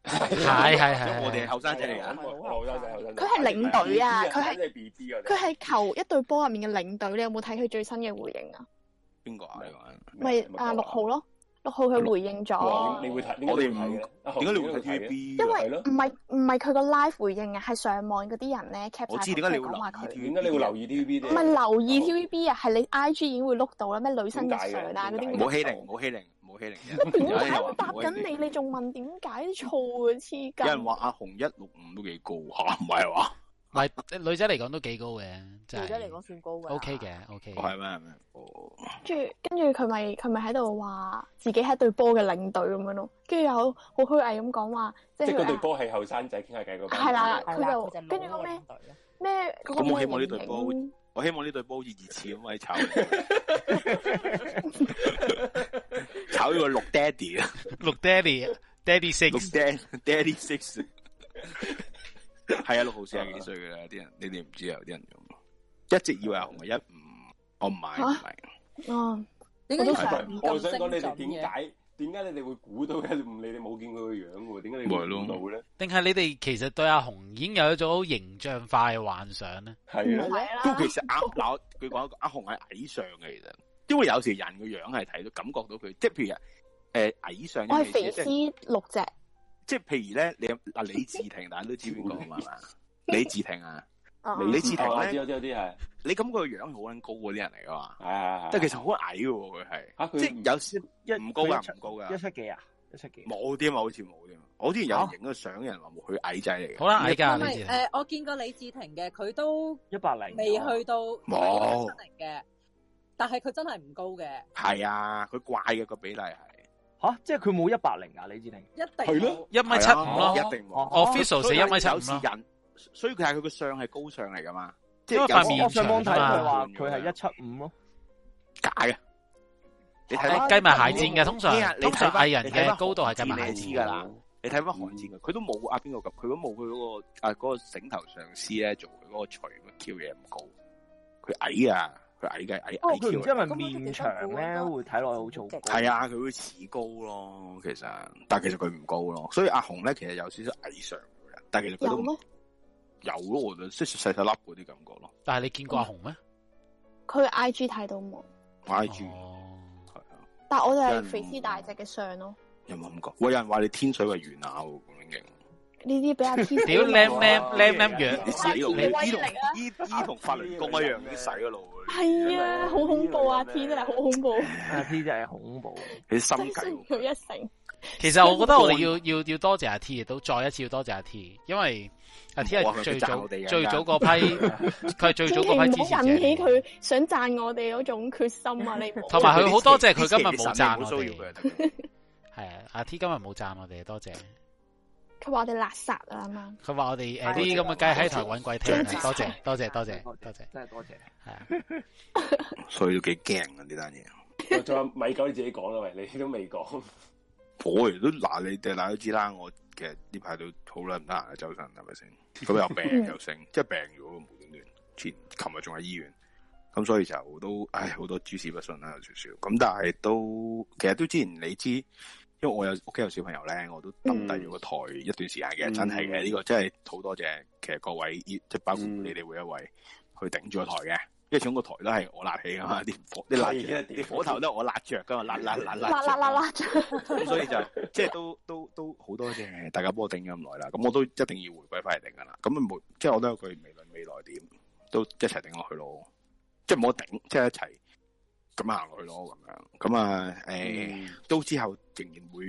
係係係我哋係後生仔嚟㗎，後生仔後生佢係領隊啊，佢係係 B B 啊，佢係球一隊波入面嘅領隊，你有冇睇佢最新嘅回應啊？邊個啊？你講咪啊六號咯，六號啊佢回應哇咗，你你會睇？啊我哋唔點點解你會睇 TVB 因因為係咯唔，係唔係佢個 live 回應啊，係上網嗰啲人咧 cap 我晒知佢點解你會講話佢，點解你會留意 T V B 唔係留意 TVB 啊，係你 IG 已經會碌到啦，咩女生日常啊嗰啲會碌到。冇欺凌，冇欺凌，冇欺凌我嘅。點有人解話我答冇欺凌緊你，你仲問點解錯啊？黐筋！有人話阿紅一六五都幾高吓， 唔係話唔係 女仔嚟講都幾高嘅，真女仔嚟係講算高啊㗎 OK 嘅 OK 嘅。哦係咩係咩？哦跟住跟住佢咪佢咪喺度話自己係隊波嘅領隊咁樣咯，跟住又好好虛偽咁講話，即即係係佢嗰隊波係後生仔傾下偈嗰班。係啦，係佢就跟住個咩咩嗰個咁我希咩望呢隊波形會影，我希望呢隊波好似熱刺咁喺炒，炒呢個六爹哋啊，六爹哋，Daddy Six，六爹 Daddy Six，係啊，六號四廿幾歲噶啦，啲人你哋唔知啊，有啲人用，一直以為阿紅係一五，我唔係唔係，哦，我我都想我想講你哋點解點解你哋會估到嘅？唔理你冇見佢個樣喎，點解你會估到咧？定係你哋其實對阿紅已經有一種形象化嘅幻想咧？係啊唔係啦不過其實阿嗱，我佢講一個阿紅係矮上嘅，其實，因為有時人個樣係睇到感覺到佢，即係譬如誒、呃矮上我呢係件事，肥即係屍六隻，即係譬如咧，你嗱李治廷，大家都知邊個啊嘛？係嘛李治廷啊哦，李治哦廷我咧，知我知我知係，你感覺個樣好撚高嗰啲人嚟噶嘛？係係但其實好矮嘅喎，佢佢係，即係有時唔高噶，唔高噶，一七幾啊，一七幾。冇添啊，好似冇添啊。我之前有人影咗相，有人話佢矮仔嚟嘅，好啦哦矮啊㗎唔係啊誒，我見過李治廷嘅，佢都一百零啊未去到七冇零嘅，但係佢真係唔高嘅，係啊，佢怪嘅個比例係吓，即係佢冇一百零啊，李治廷。一定 係咯，哦一米七五咯一定冇。哦 official 死一米七五咯有時人，所以佢係佢個相係高上嚟噶嘛，即因為係塊有時面我啊上網睇啊佢話佢係係一七五咯，假嘅。你睇計埋鞋墊嘅通常你睇通常藝人嘅你睇翻高度係計埋韓鞋墊哦戰你知㗎啦。你睇翻韓戰嘅，佢都冇啊邊個咁，佢都冇佢嗰個啊嗰個醒頭上司咧做佢嗰個除乜 Q 嘢咁高，佢矮啊，佢矮嘅矮哦不過矮哦佢 Q 唔知係咪嘅。面長咧會睇落去好粗高。係啊，佢會似高咯，其實，但其實佢唔高咯，所以阿紅咧其實有少少矮上嘅人，但其實佢都有唔咩？有咯，我覺得即係細細粒嗰啲感覺咯。但係你見過阿紅咩？佢 I G 睇到冇， I G 但我就有係人肥屍大隻嘅相咯，有冇咁講？喂，有人話你天水圍元咬咁樣勁，呢啲 比較黐屌線靚靚靚靚你樣，死咯！威你力啊！依依同法輪功一樣啲洗嗰路，係啊，好恐怖啊！天真係好恐怖，啊，呢啲真係恐怖。你心真信佢一成。其實我覺得我哋要要要多謝阿 T，亦都再一次要多謝阿 T，因為阿 T 哇佢係最讚早我哋啊㗎最早嗰批，佢係最早千祈嗰批唔支好持引者，起佢想讚我哋嗰種決心 啊！你唔好同埋佢好多謝佢今日啲冇神讚你唔好我騷擾哋佢。 係啊，阿 T 今日冇讚我哋，多謝。佢話我哋垃圾啊啱啱。佢話我哋誒係啲咁嘅雞喺台揾鬼聽啊真係多謝多謝多謝多謝，真係多謝。係啊，所以都幾驚啊呢單嘢。喂仲有米狗你自己講啦，喂，你都未 講。我亦都嗱，你哋嗱都知啦，我其實呢排都好撚唔得閒啊，周身係咪先？ 咁又病嗯又剩，即係病咗無端端，前琴日仲喺醫院，咁所以就都唉好多諸事不順啦，有少少。咁但係都其實都之前你知，因為我有屋企有小朋友咧，我都抌低咗個台一段時間嘅，嗯真係嘅呢個真係好多謝，其實各位醫即係包括你哋每一位去頂住個台嘅。因為始終個台都係我辣起噶嘛，啲火啲辣嗯係啊啲火頭都係我辣着噶嘛，辣辣辣辣啦啊啦啦啦！咁所以就即係都都都好多謝大家幫我頂咗咁耐啦，咁我都一定要回歸翻嚟頂噶啦。咁啊冇即係我都有句未來未來點，都一齊頂落去咯。即係冇得頂，即係一齊咁行落去咯，咁樣咁啊誒，都之後仍然會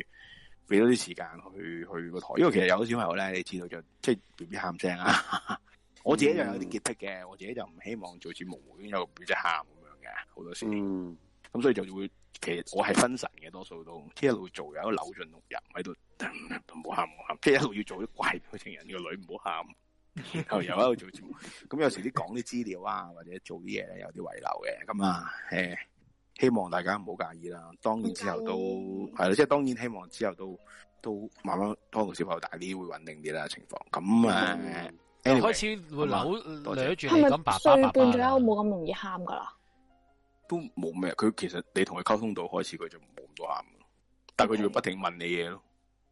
俾多啲時間去去個台，因為其實有啲小朋友咧，你知道就即係 B B 喊聲啊。 我自己就有啲潔癖嘅，我自己就唔希望做節目無端有個表姐喊咁樣嘅，好多時。嗯，咁所以就會其實我係分神嘅，多數都即係一路做，有一個扭盡六壬喺度，唔好喊唔好喊，即係一路要做啲怪表情人個女唔好喊，然後又喺度做節目。咁有時啲講啲資料啊，或者做啲嘢咧有啲遺留嘅，咁啊誒，希望大家唔好介意啦。當然之後都係啦，即係當然希望之後都都慢慢當個小朋友大啲會穩定啲啦情況。咁啊又 anyway，開始會咁啊扭呃多謝掠住嗯係你咪咁爸爸歲爸半爸左啦。右冇咁容易喊噶啦？都冇咩，佢其實你同佢溝通到開始，佢就冇咁多喊，但係佢仲要不停問你嘢咯。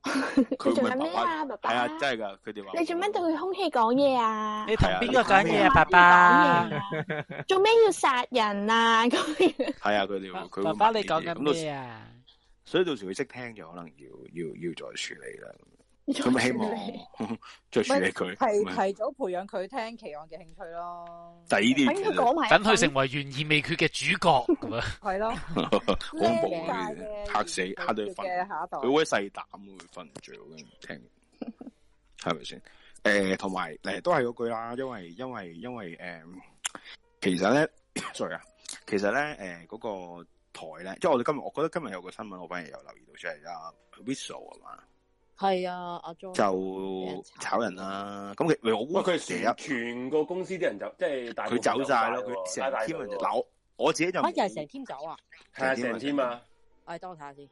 佢你做咪緊咩啊，爸係啊爸？，真係㗎，佢哋話你做咩對空氣講嘢啊？你同邊個講嘢啊，係爸爸？啊做咩要殺人啊？咁樣係啊，佢哋會佢會爸爸，你講講緊咩？啊？所以到時佢識聽就可能要要要再處理啦。咁希望 再處理佢。提咁啊提早培養佢聽奇案嘅興趣咯。第二啲等佢講埋一等佢份成為懸而未決嘅主角咁啊！係咯， 好恐怖啊！呢啲嚇死嚇到嘅佢瞓，下一代佢好細膽喎，佢瞓唔着嘅，聽係咪先？誒，同埋誒都係嗰句啦，因為因為因為誒，其實咧 ，sorry 啊，其實咧誒嗰個台咧，即係我哋今日，我覺得今日有個新聞，我反而有留意到，就係阿 Whistle 啊嘛，係啊，阿 Jo 就炒哦人啦。咁其我喂，佢成日係全個公司啲人走，即係大部佢分走晒咯，喎佢拉大成 team 人就隊喎嗱，我我自己就啊，又係成 team 走啊！係啊，成 team 啊，唉，等我睇下先。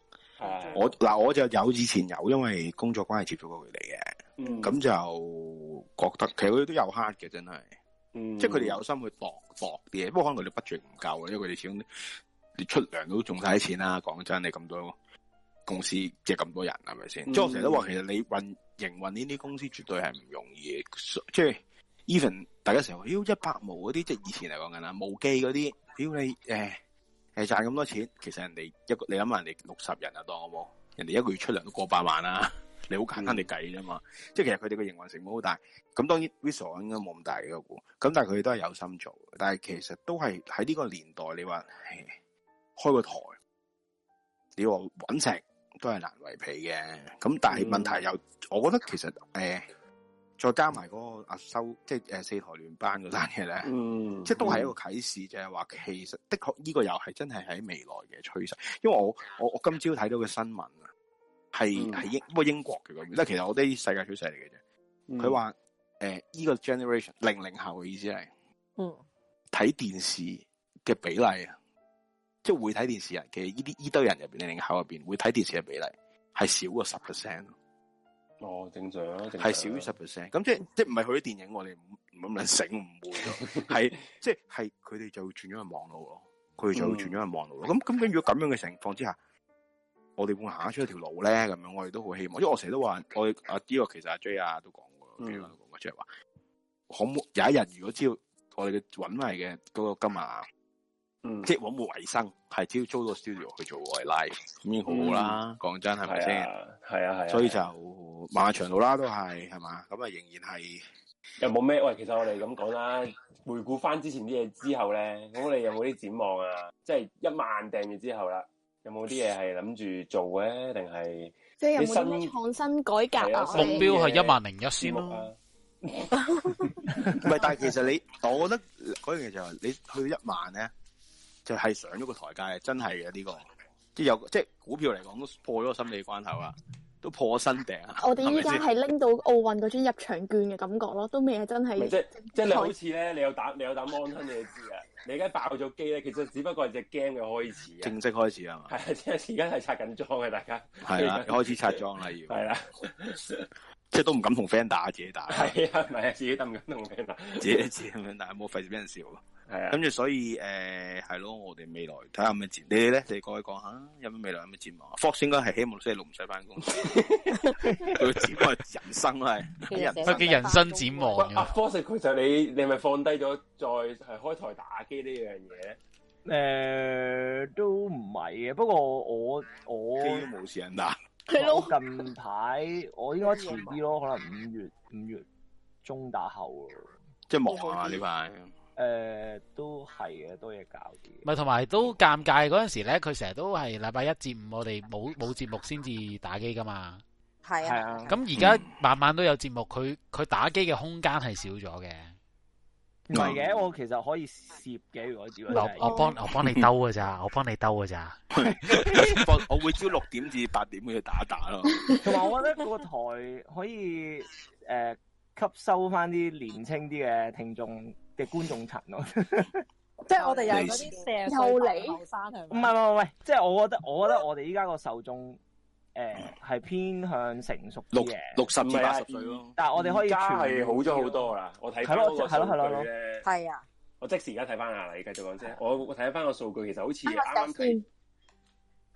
我嗱我就有以前有，因為工作關係接觸過佢哋嘅，嗯咁、就覺得其實佢哋都有黑嘅，真係，嗯即係佢哋有心去度度啲嘢，不過可能佢哋 budget 唔夠啊，因為佢哋始終你出糧都仲使錢啦，講真，你咁多公司即係咁多人係咪先？嗯即係我成日都話，其實你運營運呢啲公司絕對係唔容易嘅，即係 even 大家成日話，妖一百毛嗰啲，即係以前嚟講緊啦，無記嗰啲，屌你誒。誒賺咁多錢，其實人哋一個你諗下人哋六十人啊，當好冇？人哋一個月出糧都過百萬啦、 你好簡單地計啫嘛。即係其實佢哋嘅營運成本好大，咁當然 Visa 應該冇咁大嘅我估，咁但係佢哋都係有心做，但係其實都係喺呢個年代，你話唉開個台，你話揾食都係難為皮嘅。咁但係問題又，我覺得其實誒、呃再加埋嗰個阿修，即係誒四台聯班嗰單嘢咧，嗯即係都係一個啟示，就係話其實的確呢個又係真係喺未來嘅趨勢。因為我我我今朝睇到嘅新聞啊，係係英不過英國嘅嗰邊，即係其實我啲世界趨勢嚟嘅啫。佢話誒呢個 generation 零零後嘅意思係嗯，睇電視嘅比例啊，即係會睇電視人嘅呢啲呢堆人入邊零零後入邊會睇電視嘅比例係少過十 percent。哦，正常啊，正常啊係少於十 percent。咁即係即係唔係佢啲電影，我哋唔唔咁撚醒，唔會 咯。係即係係佢哋就會轉咗去網路咯，佢哋就嗯會轉咗去網路咯。咁咁咁，如果咁樣嘅情況之下，我哋會行得出一條路咧，咁樣我哋都好希望。因為我成日都話，我哋啊呢個其實阿 J 啊都講過，幾個嗯都講過，即係話可唔可有一日如果知道我哋嘅揾嚟嘅嗰個金額，嗯即係揾冇維生，係只要租到 studio 去做外 live，咁已經好好啦。講真係咪先？嗯係啊係啊係啊所以就漫長路啦，都係係嘛，咁啊仍然係。又冇咩？喂，其實我哋咁講啦，回顧翻之前啲嘢之後咧，咁我哋有冇啲展望啊？即係一萬訂閱之後啦，有冇啲嘢係諗住做嘅，定係即係有啲冇啲咩新創新改革啊？哦目標係一萬零一先咯。唔係，但係其實你，我覺得嗰樣嘢就係你去到一萬咧，就係、上咗個台階，真係嘅呢個，即係有個即係股票嚟講都破咗個心理關口啊，都破新頂啊。我哋依家咪先係拎到奧運嗰張入場券嘅感覺咯，都未係真咪係即係即係你好似咧，你有打你有打 mon 你就知啊！你而家爆咗機咧，其實只不過係只 game 嘅開始啊！正式開始啊嘛，係啊， 即係而家係拆緊裝嘅，大家係啦，開始拆裝啦要，係啦，即係都唔敢同 friend 打，自 己打，係啊，咪啊，自己抌緊同你打，自己自己咁樣打，冇費事俾人笑咯。係啊跟住所以誒係咯，我哋未來睇下有咩展，你哋咧，你哋各位講下有咩未來有咩展望啊？Fox 應該係希望星期六唔使翻 工，佢展望人生啦係人生佢嘅人生展 望喂，阿 Force，佢就你你係咪放低咗再係開台打機呢樣嘢咧？诶、呃都唔係嘅。不過我我基於冇事啊人打，係咯。近排我應該遲啲咯，可能五月五月中打後咯。即係忙啊呢排。诶、都係嘅，多嘢搞啲。咪同埋都尷尬嗰陣時咧，佢成日都係禮拜一至五我哋冇冇節目先至打機噶嘛。係啊，啊咁而家晚晚都有節目，佢佢打機嘅空間係少咗嘅。唔嗯係嘅，我其實可以攝嘅，如果如果我真係啊我幫我幫你兜㗎咋，我幫你兜㗎咋。我我會朝六點至八點去打一打咯。同埋我覺得個台可以誒、呃吸收翻啲年青啲嘅聽眾嘅觀眾層咯。即係我哋又係嗰啲四十歲大後生係唔咪？係唔係唔係，即係我覺得，我覺得我哋依家個受眾誒係偏向成熟啲嘅，六十至唔係啊八十歲咯。但係我哋可以而家係全好咗好多啊啦，我睇係翻咯嗰個係咯係咯係數咯據咧，係啊，我即時而家睇翻啊，你繼續講先。我我睇翻個數據，其實好啊似啱啱啱啱嗯先，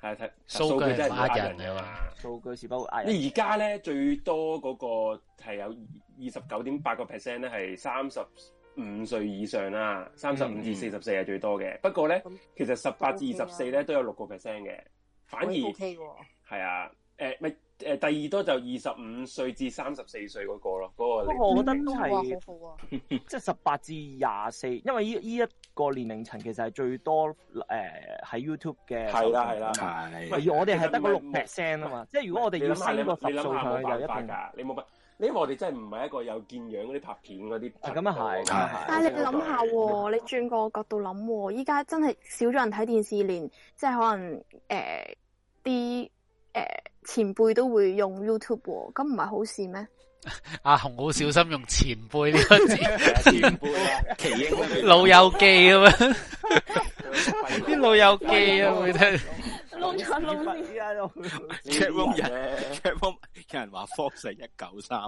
係睇數據數據真係唔係呃呃人人㗎嘛。數據是不會呃人。而家咧最多嗰個係有二十九點八個 percent 咧，係三十五歲以上啦，三十嗯五至四十四係最多嘅。不過咧，其實十八至啊二十四咧都有六個 percent 嘅，反而 O K 喎。係啊，誒咪誒第二多就二十五歲至三十四歲嗰個咯，嗰、不個過我覺得都哇係好 好啊，即係十八至廿四，因為依依一個年齡層其實係最多誒呃喺 YouTube 嘅受眾。係啦係啦係而我哋係得嗰六 percent 啊嘛，即係如果我哋要你諗下升個你十諗數下上冇去，就一辦法定㗎，你冇辦，你因為我哋真係唔係一個有見樣嗰啲拍片嗰啲，咁啊係，咁啊但係你諗下喎，你轉個角度諗喎，依家真係少咗人睇電視，連即係可能誒啲誒前輩都會用 YouTube 喎，咁唔係好事咩？阿紅好小心用前輩呢個字，前輩啊，奇英 老友記咁 樣，啲老友記啊會聽。窿啊咗窿先喺度。 chatroom 人 chatroom 有人話 Fox 係一九三，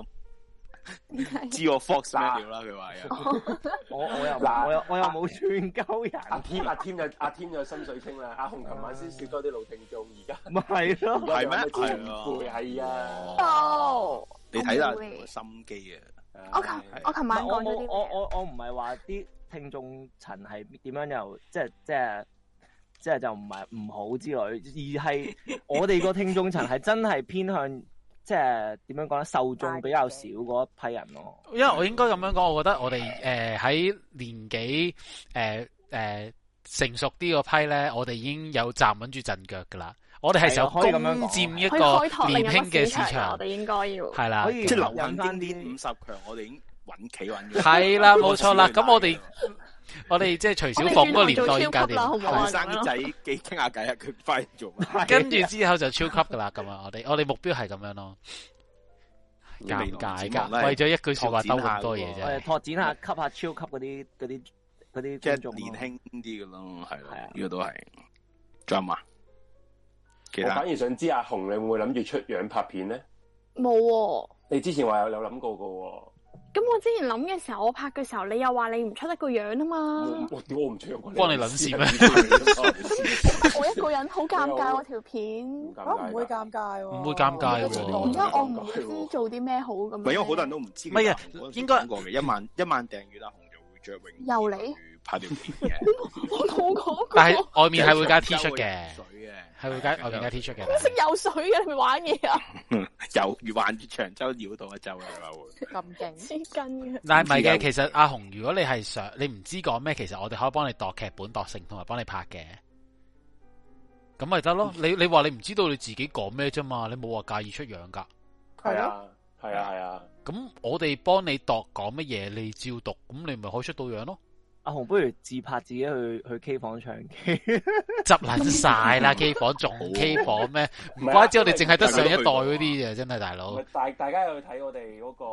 知我 Fox 咩料啦？佢話啊哦有。哦我我又嗱我又我又冇串鳩人。阿添阿添就阿添就心水清啦，阿紅琴晚先少多啲老聽眾，而家咪係咯而家有係咩咩前輩係啊，哦，你睇下我唔會有心機啊！我琴我琴晚唔係講我冇咗啲啊我我我唔係話啲聽眾層係點樣又即係即係即係就唔係唔好之類，而係 我哋個聽眾層係真係偏向即係點樣講咧，受眾比較少嗰一批人咯。因為我應該咁樣講，我覺得我哋誒喺年紀誒誒成熟啲嗰批咧，我哋已經有站穩住陣腳噶啦。我哋係時候係啊可以咁樣講攻佔一可以開個拓另年一個輕嘅市市場啦，場我，哋應該要係啦，即係流行經典五十強，我哋已經揾企揾咗。係啦，冇錯啦。咁我哋我哋即係徐小鳳嗰個年代已經搞掂，啊後生仔幾傾下偈啊！佢翻嚟做乜？ 跟住之後就超級噶啦，咁啊，我哋我哋目標係咁樣咯。尷尬㗎，為咗一句説話兜咁多嘢我哋啊啫。拓展下吸下超級嗰啲嗰啲嗰啲即觀眾啊係咯年輕啲嘅咯，係啦，呢個都係。仲有嘛？其我他反而想知阿紅你會唔會諗住出樣拍片咧？冇喎。你之前話有有諗過噶咁我之前諗嘅時候，我拍嘅時候，你又話你唔出得個樣啊 嘛，喎，我屌我唔出樣，關你撚事咩我一個人好尷尬喎條片，我唔會尷尬喎，唔會尷尬喎而家我唔知做啲咩好咁樣。唔係因為好多人都唔知。唔係啊應該過嘅一萬一萬訂閱啦，紅就會着泳又嚟，拍條片嘅。 我冇講過。但係外面係會加 T 恤嘅，水嘅係會加外面加 T 恤嘅。我 識游水嘅，你咪玩嘢啊？又越環越長洲繞到一周啊！佢話會咁勁，黐筋嘅。但係唔係嘅，其實阿紅，如果你係想你唔知講咩，其實我哋可以幫你度劇本、度成，同埋幫你拍嘅。咁咪得嗯咯。你你話你唔知道你自己講咩啫嘛？你冇話介意出樣噶。係 啊係啊係啊，咁我哋幫你度講乜嘢，你照讀，咁你咪可以出到 樣咯。阿紅不如自拍自己去去 K 房唱 K，執撚晒啦，K 房仲 K 房咩？唔啊怪之我哋淨係得上一代嗰啲啫，真係大佬咪。大大家有睇我哋嗰個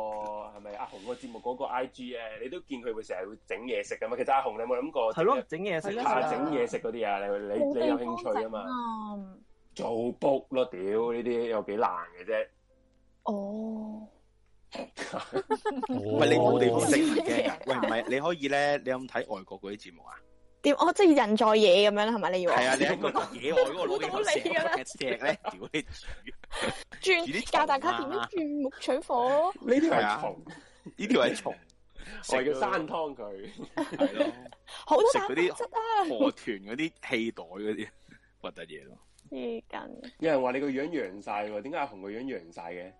係咪阿紅個節目嗰個 I G 咧？你都見佢會成日會整嘢食噶嘛？其實阿紅你有冇諗過？係咯，整嘢食啊，整嘢食嗰啲啊，你你你有興趣啊嘛？嘛？做 book 咯，屌呢啲有幾難嘅啫。哦，喂，你冇地方食唔嘢 驚啊？喂，唔係你可以咧，你有冇睇外國嗰啲節目啊？點？我即係人在野咁樣啦，係咪你要我？係啊，你 喺個野外嗰個攞我都啲理 㗎啦石石咧，屌你煮！轉教大家點 樣鑽木取火。呢條啊係係啊蟲，呢條係蟲，我哋叫山湯佢。 係咯，好多食嗰啲蛋白質啊河豚嗰啲氣袋嗰啲核突嘢咯。黐筋。有人話你個樣揚晒喎，點解阿紅個樣揚晒 嘅？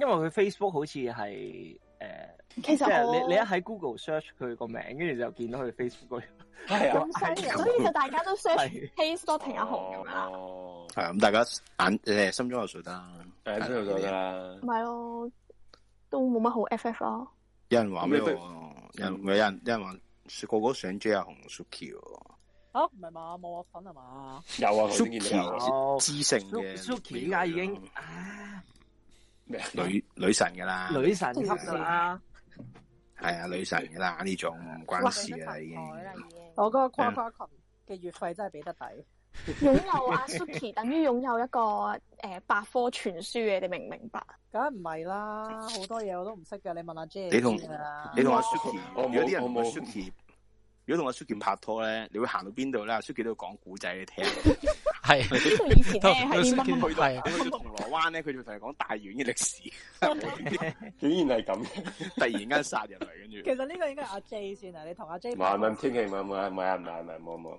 因為佢 Facebook 好似係誒，其實即係我你你一喺 Google search 佢個名，跟住就見到佢 Facebook 個樣係啊咁犀利，所以就大家都 search 係 Taste o 停阿紅咁樣啦。哦，係啊咁，大家眼誒心中有數啦。誒，知道咗㗎啦。唔係咯，都冇乜好 FF 啦。有人話咩喎？有人嗯有人有人話個個都想 J 阿紅 Suki 喎啊唔係嘛，冇我份係嘛？有啊，佢見到有啊。 ，Suki 知性嘅 Suki 依家已經咩啊女女神㗎啦，啊女神級㗎啦，係啊，女神噶啦呢種唔關事啊噶啦已經。我嗰個跨跨群嘅月費真係俾得抵。擁有啊阿 Suki 等於擁有一個诶、呃百科全書嘅，你明唔明白？梗係唔係啦，好多嘢我都唔識嘅，你問阿 J 你同啦。你同阿 Suki，我如冇果啲人我同冇阿 Suki，如果同阿 Suki 拍拖咧，你會行到邊度咧？阿 Suki 都會講古仔你聽。係呢度以前咧係啲乜乜乜去到係去到銅鑼灣咧，佢就同你講大院嘅歷史。 竟然係咁嘅， 突然間殺入嚟，跟住其實呢個應該係 阿 J 先啊，你同阿 J 唔係唔係，千祈唔係唔係唔係唔係唔係冇冇冇。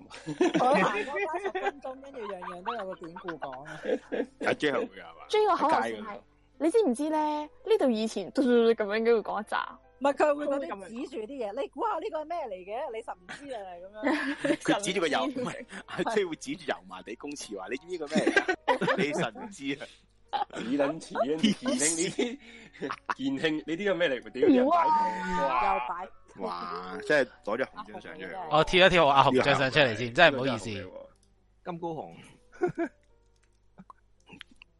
我行咗加十分鐘，跟住樣樣都有個典故講。啊 阿 J 係會㗎係 嘛？追個口號街先嗰係，你知唔知咧？呢度以前嘟嘟嘟咁樣跟住講一扎，唔係佢會嗰啲指住啲嘢，你估下呢個係咩嚟嘅？你實唔知啊咁樣。佢指住個油，唔係阿 J 會指住油麻地公廁話：你知唔知個咩嚟㗎？你神唔知啊！以撚錢， 以撚健興呢啲，健興呢啲有咩嚟？屌妖又啊擺平，哇！擺哇！真係攞咗紅張相出嚟。我跳一跳我阿紅張相出嚟先，真係唔好意思。金高雄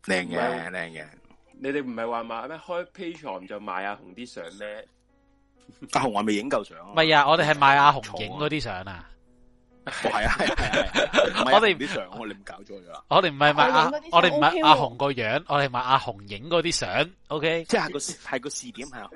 靚嘅靚嘅。你哋唔係話買咩開 Patreon 就賣阿紅啲相咩？阿紅話未影夠相啊 唔？係啊，我哋係賣阿紅影嗰啲相啊，係啊係啊係啊！我哋唔係啊啲相我哋唔搞錯咗啦。我哋唔係賣阿我影嗰啲，相我哋唔係阿 OK 喎紅個樣，我哋賣阿紅影嗰啲相。OK，即係個係個視點係啊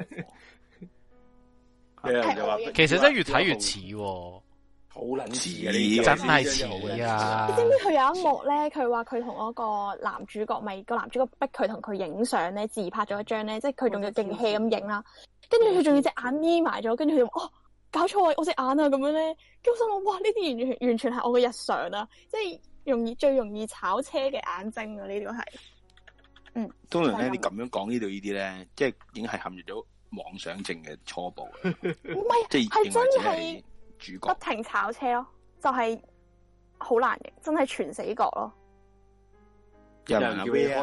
有人啊就話其啊實真係越睇越似喎，好撚似啊呢啲真係似你啊知！唔知佢有一幕咧？佢話佢同嗰個男主角咪個男主角逼佢同佢影相咧，自拍咗一張咧，即係佢仲要勁氣咁影啦。嗯跟住佢仲要隻眼眯埋咗，跟住佢就話哦搞錯啊，我隻眼啊咁樣咧。跟住我心諗哇，呢啲完全完全係我嘅日常啊，即係容易最容易炒車嘅眼睛啊！呢個係通常咧，你咁樣講呢度呢啲咧，即係已經係陷入咗妄想症嘅初步啦。唔係即係係真認為係自己係主角不停炒車咯，就係好難嘅，真係全死角咯。有有人人話叫你咩啊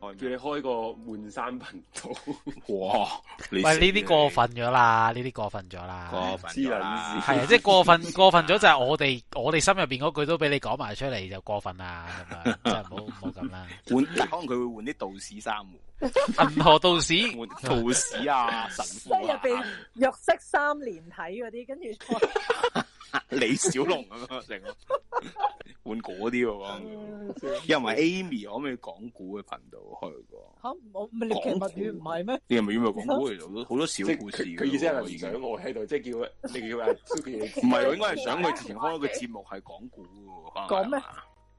開，叫你開個換衫頻道。哇！喂，你呢死啲啦過分咗啦，呢啲過分咗啦，過分咗啦係啊，即係過分過分咗就係我哋我哋心入邊嗰句都俾你講埋出嚟就過分啦，咁樣真係唔好唔好咁啦。換，但可能佢會換啲道士衫喎，銀河道士，道士 啊，神即父係入啊，邊玉色三連體嗰啲，跟住 再李小龍咁樣成個換嗰啲喎。嗯因為 Amy 可唔可以講古嘅頻道開過？嚇我唔係獵奇物語唔係咩？你係咪因為講古其實好多好多小故事即係㗎佢佢意思係喎唔已經想我喺度，即係叫你叫阿 Suki 啊唔係，我應該係想佢之前開一個節目係講古嘅喎，可能係啊講咩？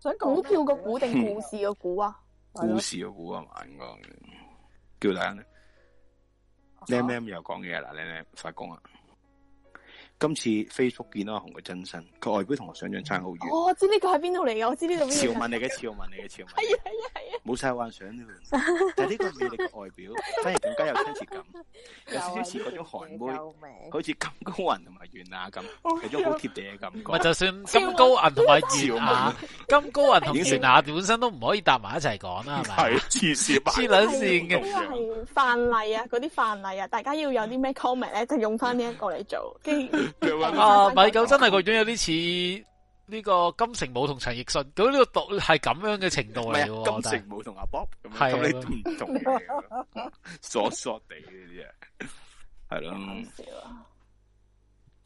想股票個股定故事個股 啊？故事嘅古係嘛？應該叫大家咧，M 哦啊 M 又講嘢啦，你咧發功啊！今次 Facebook 見到阿紅嘅真身，佢外表同我想象差好遠。哦我知呢個喺邊度嚟嘅，我知呢度邊潮度嚟。文嚟嘅，潮文嚟嘅，潮文係啊係啊係啊！冇晒幻想 啦。但係呢個魅力嘅外表，反而更加有 親切感，有啊少少似嗰種韓妹，好似金高雲同埋袁雅咁，哦有種好貼地嘅感覺。啊咪就算金高銀同埋袁雅，金高銀同已經袁雅本身都唔可以搭埋一齊講啦，係咪？係黐線黐撚線呢嘅。個係範例啊，嗰啲範例啊，大家要有嗯啲咩 comment 咧，就用翻呢一個嚟 做。跟住啊，米狗真係個樣有啲似呢個金城武同陳奕迅，咁呢個度係咁樣嘅程度唔嚟係嘅喎。啊，金但係城武同阿 Bob 咁係啊樣，咁你都唔同嘅嘢㗎， 傻傻地呢啲嘢，係咯，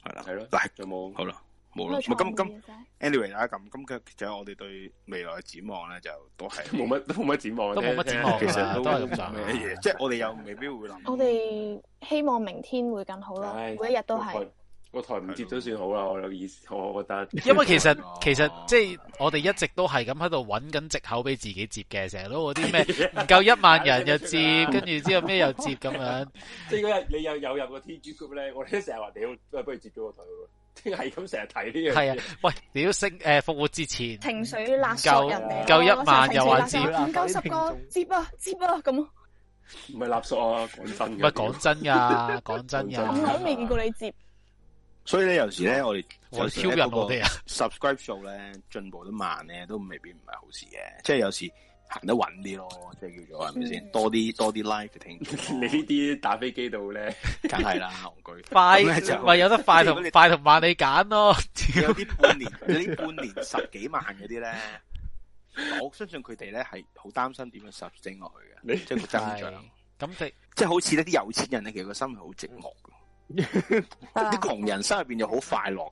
係啦，係咯，嗱，有冇好啦，冇啦，有咪冇創意咁咁嘅啫，anyway 啦，咁咁嘅其實我哋對未來嘅展望咧，就都係 冇乜都冇乜展望都冇乜展望其㗎啦實都係咁冇上下咩嘢，即係我哋又未必會諗。我哋希望明天會更好咯，唉每一日都係。個台唔接都算好啦，我有意思，我覺得。因為其實其實即係我哋一直都係咁喺度揾緊藉口俾自己接嘅，成日都嗰啲 咩啊唔夠一萬人又接，跟住之後咩又接咁樣。 即係嗰日你有有入個 T G group 咧，我哋都成日話屌，喂不如接咗個台喎， 即係咁成日睇呢樣係嘢啊。，喂，屌升誒復活節前情緒勒夠索人哋咯，唔夠一萬又話情緒勒索唔夠十個接啊接啊咁，唔係垃圾啊，講真。唔係講 真㗎，講真我都㗎。未見過你接。所以咧，有時咧，我哋我有時挑咧人嗰個我哋啊！subscribe 數咧進步得慢咧，都未必唔係好事嘅。即係有時行得穩啲咯，即係叫做係咪先？多啲多啲 live 嘅聽眾，啊你呢啲打飛機度咧，梗係啦， 戇居快咁咧就咪有得快即係如果同你快同慢你揀咯， 有啲半年， 有啲半年十幾萬嗰啲咧，我相信佢哋咧係好擔心點樣 s u 升落去嘅，即係個增長。咁即即係好似呢啲有錢人咧，其實個心係好寂寞嘅，啲窮人心入邊又好快樂，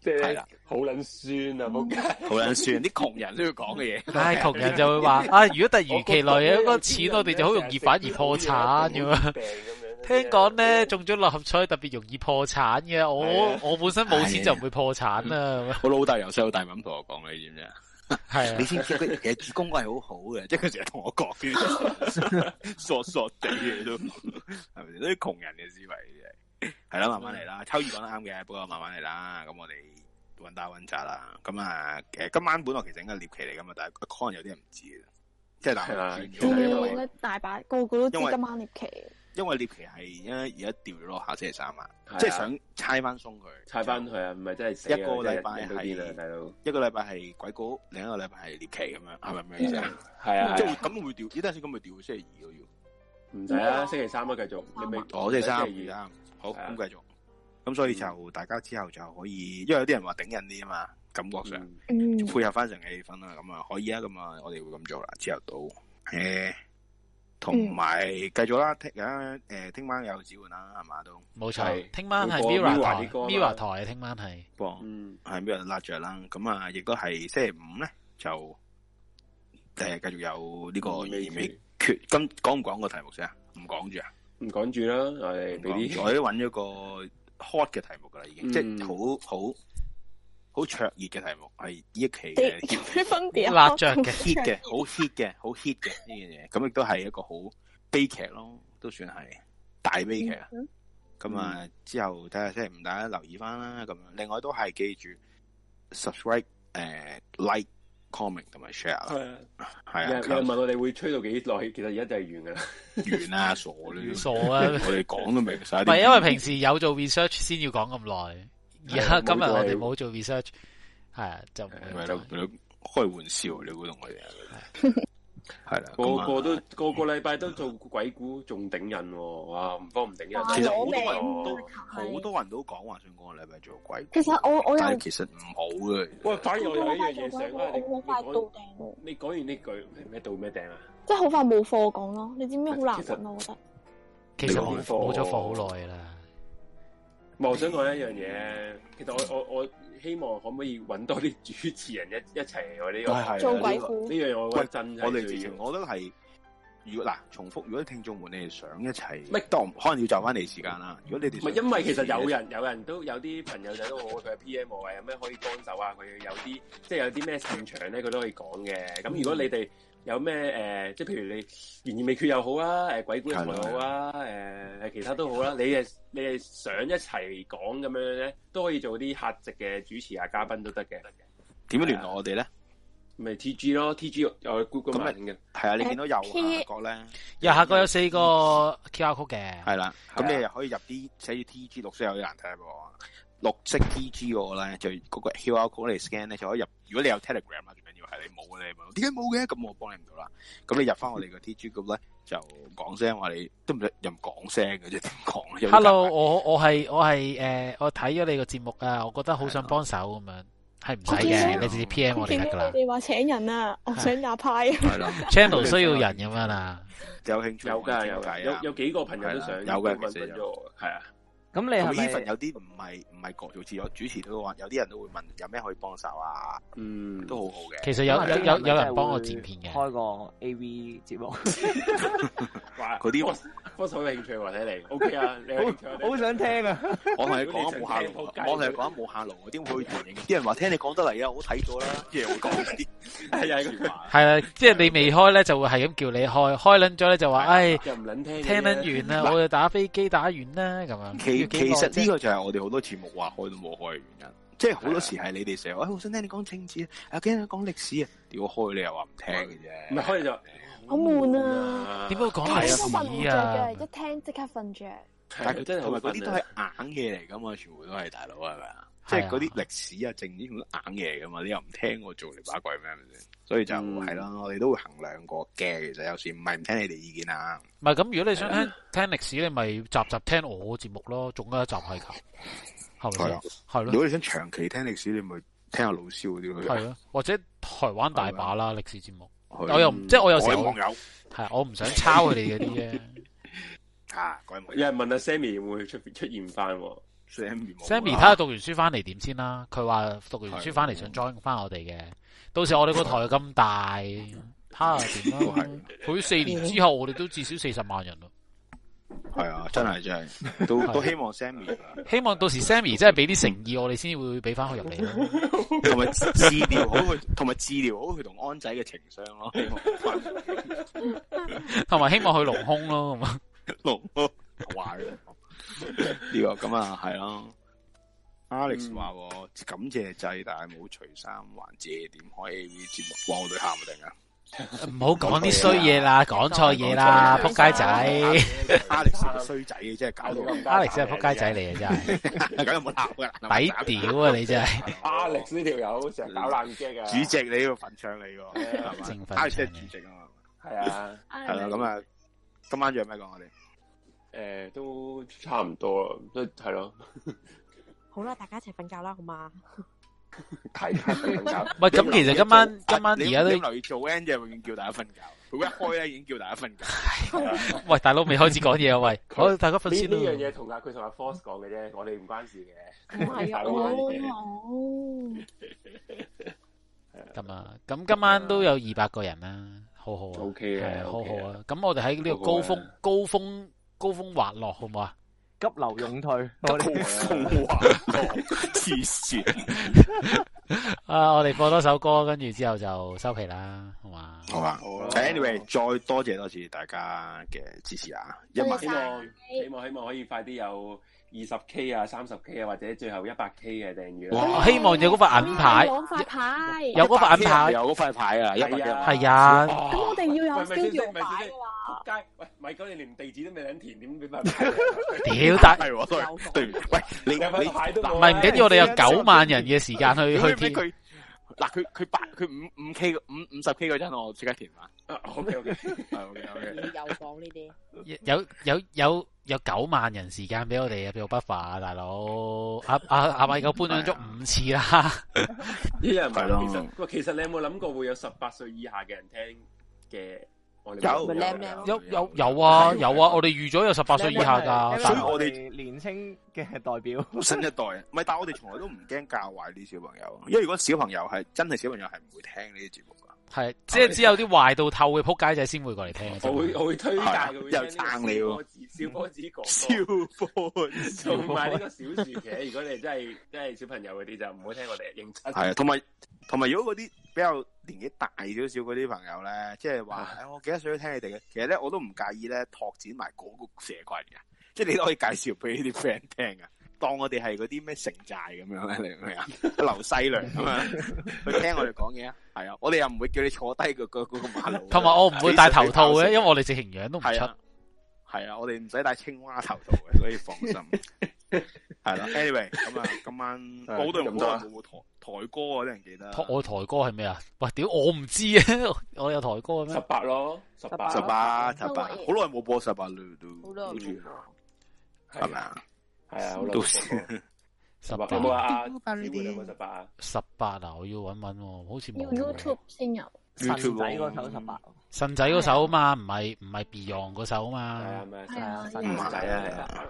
即係啦，好撚酸啊！仆街，好撚酸，啲窮人都要講 嘅嘢。唉，窮人就 會話：啊，如果突如其來有一個錢，我哋就好容易反而破產咁樣。 聽講咧，中咗六合彩特別容易破產嘅。啊我我本身冇錢就唔會破產啊啦。我老豆由細到大咪咁同我講，你知唔知啊？係啊你知唔知佢其實主公係好好嘅，即係佢成日同我講啲 傻傻地嘅都，係咪先？都啲窮人嘅思維真係，係啦，慢慢嚟啦。秋雨講得啱嘅，不過慢慢嚟啦。咁我哋揾打揾扎啦。咁啊，誒今晚本來其實應該係獵奇嚟噶嘛，但係可能有啲人唔知嘅，即係大啊家唔知屌，因為應該大把個個都因知為今晚獵奇，因為獵奇係因為而家調咗落下星期三啊係啊，即係想猜翻鬆佢，踩翻佢啊，唔係真係死啊一個禮拜真係人都癲啊大佬係一個禮拜係鬼故，另一個禮拜係獵奇咁樣，係咪咁樣意思啊？係啊即係係啊會咁會調，呢陣先咁咪調星期二咯要，唔使啊，星期三啊，繼續你咪哦，星期三，星期二三，好，咁繼續。咁所以就大家之後就可以，因為有啲人話頂癮啲啊嘛，感覺上嗯配合翻成嘅氣氛啦，咁啊可以啊，咁啊我哋會咁做啦，之後到誒，同埋繼續啦，聽啊誒，聽晚有指換啦，係嘛都冇錯，聽晚係 Mira 台，Mira 台啊聽晚係。播，嗯，系咩拉着啦，咁啊，亦都係星期五咧就誒繼續有呢個懸美決，咁講唔講個題目先啊？唔講住啊？唔講住啦，我哋俾啲我都揾咗個 hot 嘅題目噶啦，已經嗯即係好好好灼熱嘅題目，係呢一期 啲嘅咩分別啊？ hit 嘅，好 hit 嘅，好 hit 嘅呢樣嘢，咁亦都係一個好悲劇咯，都算係大悲劇啊！咁啊，之後睇下星期五大家留意翻啦，咁樣。另外都係記住 subscribe、誒 like、comment 同埋 share 係啦啊。係啊有人有人問我哋會吹到幾耐？其實而家就係完噶啦，完啦，傻啦，傻啊我哋講都明晒啲。唔係因為平時有做 research 先要講咁耐，而家係今日冇做我哋冇做 research，係啊就唔係會咪再咯？你開玩笑，你估同我哋啊係啦，個個咁都啊個個禮拜都做鬼故，仲頂癮喎！哇，唔慌唔頂癮，其實好好多人都係好多人都講話想講個禮拜做鬼故，其實我我但又係其實唔好嘅。喂，反而我有一樣嘢想啊，你我好快到訂，你講完呢句係咩到咩頂啊？即係好快冇課講咯。你知唔知好難揾啊？我覺得其實冇冇咗課好耐啦。唔係我想講一樣嘢，其實我我我希望可唔可以揾多啲主持人一一齊我呢係個係做鬼故呢樣我覺得真係我哋最直要情，我覺得係，如果嗱重複，如果聽眾們你哋想一齊，乜當可能要就翻嚟時間啦。如果你 哋唔係因為其實有人有人都有啲朋友仔都好，佢係 P.M. 我話有咩可以幫手啊，佢有啲即係有啲咩擅長咧，佢都可以講嘅。咁如果你哋有咩誒、呃即係譬如你懸而未決又好啊，誒、鬼故又係好啊，誒、其他都好啦、你係你係想一齊講咁樣咧，都可以做啲客席嘅主持啊、嘉賓都得嘅。點樣聯絡我哋咧？咪 T.G. 咯，T.G. 我 group 咁嘅。係啊，你見到右誒下角咧，右下角有四個 QR code 嘅，係啦，啊咁你又可以入啲寫住 T G 綠色有啲難睇喎，綠色 T G 嗰個咧就嗰個 QR code 你 scan 咧就可以入。如果你有 Telegram 啊啦，最緊要係你冇你問我點解冇嘅，咁我幫你唔到啦。咁你入翻我哋個 T G group 咧就講聲話你都唔使又唔講聲嘅啫，點講咧 Hello，我我係我係誒，我睇咗你個節目啊，我覺得好想幫手咁樣，係唔使嘅，你直接 P.M. 我哋見得到噶啦你。哋話請人啊，我想打牌啊。係啦 channel 需要人咁樣 啊啦。有興趣有㗎有傾偈啊㗎，有有幾個朋友都想係啦有嘅問其實問咗我，係啊。咁你係咪 even 有啲唔係唔係各做自我主持都話，有啲人都會問有咩可以幫手啊？嗯，都好好嘅。其實有有有有人幫我剪片嘅，開個 A V 節目， 哇！嗰啲科手有 興趣喎，睇嚟 OK 啊，你有興趣啊好想聽啊！我同你講冇下路，我同你講冇下路，我點會去電影？啲人話聽你講得嚟啊，我睇咗啦，即係會講呢啲 係啊係啊，係啦，即係你未開咧，就會係咁叫你開，開撚咗咧就話，唉，又唔撚聽嘅聽撚完啦，我就打飛機打完啦，咁樣。其要幾其耐實啫呢個就係我哋好多節目話開都冇開嘅原因，即係啊好多時係你哋成日話，哎我想聽你講政治啊，啊驚你講歷史啊，屌開你又話唔聽嘅唔啫。係開你就好悶啊！點解講都啊瞓唔着嘅，一聽即刻瞓着。但係真係好同埋瞓啊嗰啲都係硬嘢嚟噶嘛，全部都係大佬係咪啊？即係係啊嗰啲歷史啊、政治全部都硬嘢嚟噶嘛，你又唔聽我做，你把鬼咩？係咪先？所以就嗯係啦，我哋都會衡量過嘅。其實有時唔係唔聽你哋意見啊，唔係咁，如果你想聽聽歷史，你咪集集聽我節目咯，仲有一集係㗎，係咪係先啊？，係如果咯，你想長期聽歷史，你咪聽下老蕭嗰啲咯。係啊咯，或者台灣大把啦歷史節目，係啊我又唔即係我有時我有網候友 係啊我唔想抄佢哋嗰啲啫。差，改冇。有人問阿 Sammy 會唔會出出現翻？Sammy 冇啊 Sammy 睇下讀完書翻嚟點先啦。佢話讀完書翻嚟想 join 翻我哋嘅，到時我哋個台咁大，睇下點啦。佢四年之後，我哋都至少四十萬人咯。係啊，真係真係， 都都希望 Sammy 啊希望到時 Sammy 真係俾啲誠意，我哋先會俾翻佢入嚟咯。 同埋 治療好佢，同埋治療好佢同安仔嘅情商咯。希望返 同埋希望佢隆胸咯，咁啊，隆胸 壞呢個咁啊，係咯。Alex 嗯話喎感謝祭，但係冇除衫環節，點開 A V 節目？哇！我哋喊啊，突然間唔好講啲衰嘢 啦，講錯嘢啦，仆街仔 Alex 個衰仔真係搞到，Alex 真係仆街仔嚟啊，真係， 咁有冇鬧 㗎？係抵屌啊，你真係 Alex 呢條友成日搞爛 gag 啊！主席你呢個份上你喎，係正嘛份？Alex 係主席啊嘛，係啊，係啦，咁啊，今晚仲有咩講我哋？誒都差唔多啦，都係 咯，好啦，大家一齊瞓覺啦，好 嘛？係係唔係咁，其實今晚今晚而家都你留意做 end 就永遠叫大家瞓覺，佢一開咧已經叫大家瞓覺。喂，大佬未開始講嘢啊，喂，好，大家瞓先呢呢樣啦。嘢同阿佢同阿 Force 講嘅啫，我哋唔關事嘅。唔係啊， 大佬我講嘢咁啊，咁今晚都有二百個人啦，好好啊。O K 啊，好好 OK 啊。咁我哋喺呢個高峰高峰高峰滑落，好唔好啊？急流勇退，高峰滑落，黐線。啊，我哋播多首歌，跟住之後就收皮啦，好嘛？好啊，Anyway，再多謝多次大家嘅支持啊！一萬希望希望希望可以快啲有二十 K à, 啊、三十 K 啊，或者最後一百 K à, 嘅訂閱啊。哇希望有嗰塊銀牌攞塊牌，有嗰塊銀牌，有嗰 Dạ, 塊牌啊， 100K 啊係啊，咁我哋要有喂咪先 studio 咪先擺先噶嘛？仆街！喂，米哥你連地址都未撚填，點俾份屌大，係喎，對對唔，喂，你你牌都唔冇啊係唔緊要，我哋有九萬人嘅時間去去俾填，佢嗱，佢佢八佢五五 K 五五十 K 嗰陣，我即刻填翻。 OK OK，係 OK OK。又講呢啲，有有有有九萬人時間俾我哋入 buffer 啊，大佬，阿阿阿米狗搬咗五次啦，呢人係問咯其實喂，其實你有冇諗過會有十八歲以下嘅人聽嘅？我哋有節目啊有有有啊有啊，我哋預咗有十八歲以下㗎，所大以佬我哋年青嘅代表， 新一代，唔係，但係我哋從來都唔驚教壞啲小朋友，因為如果小朋友係真係小朋友係唔會聽呢啲節目噶。係即係只有啲壞到透嘅撲街仔先會過嚟聽。我會我會推介佢會又撐你喎，小波子哥哥，小波同埋呢個小薯茄。如果你真係真係小朋友嗰啲，就唔好聽我哋認真。係啊，同埋同埋，如果嗰啲比較年紀大少少嗰啲朋友咧，即係話，啊唉我幾多歲都聽你哋嘅。其實咧，我都唔介意咧拓展埋嗰個社群嘅，即係你都可以介紹俾呢啲 friend 聽嘅。當我哋係嗰啲咩城寨咁樣咧，你明唔明 啊？劉西良咁樣，佢聽我哋講嘢啊，係啊，我哋又唔會叫你坐低個個嗰個馬路。啊同埋我唔會戴頭套嘅，因為我哋直情樣都唔係出。啊，係啊，我哋唔使戴青蛙頭套嘅，所以放 心。係啦，anyway，咁啊，今晚係我都咁冇多 啊冇冇台台歌啊，啲人記得。台我台歌係咩啊？喂，屌我唔知啊！我有台歌嘅咩？十八咯，十八十八十八，好好耐冇播十八啦都，耐冇係咪啊？係啊，好耐都十有冇啊？阿小妹有冇十八啊？十八啊！我要揾揾喎，好似要冇。 YouTube 先有。神仔嗰首十八，神仔嗰首嘛，唔係唔係 Beyond 嗰首嘛。係啊，咪係啊神神仔啊係啊，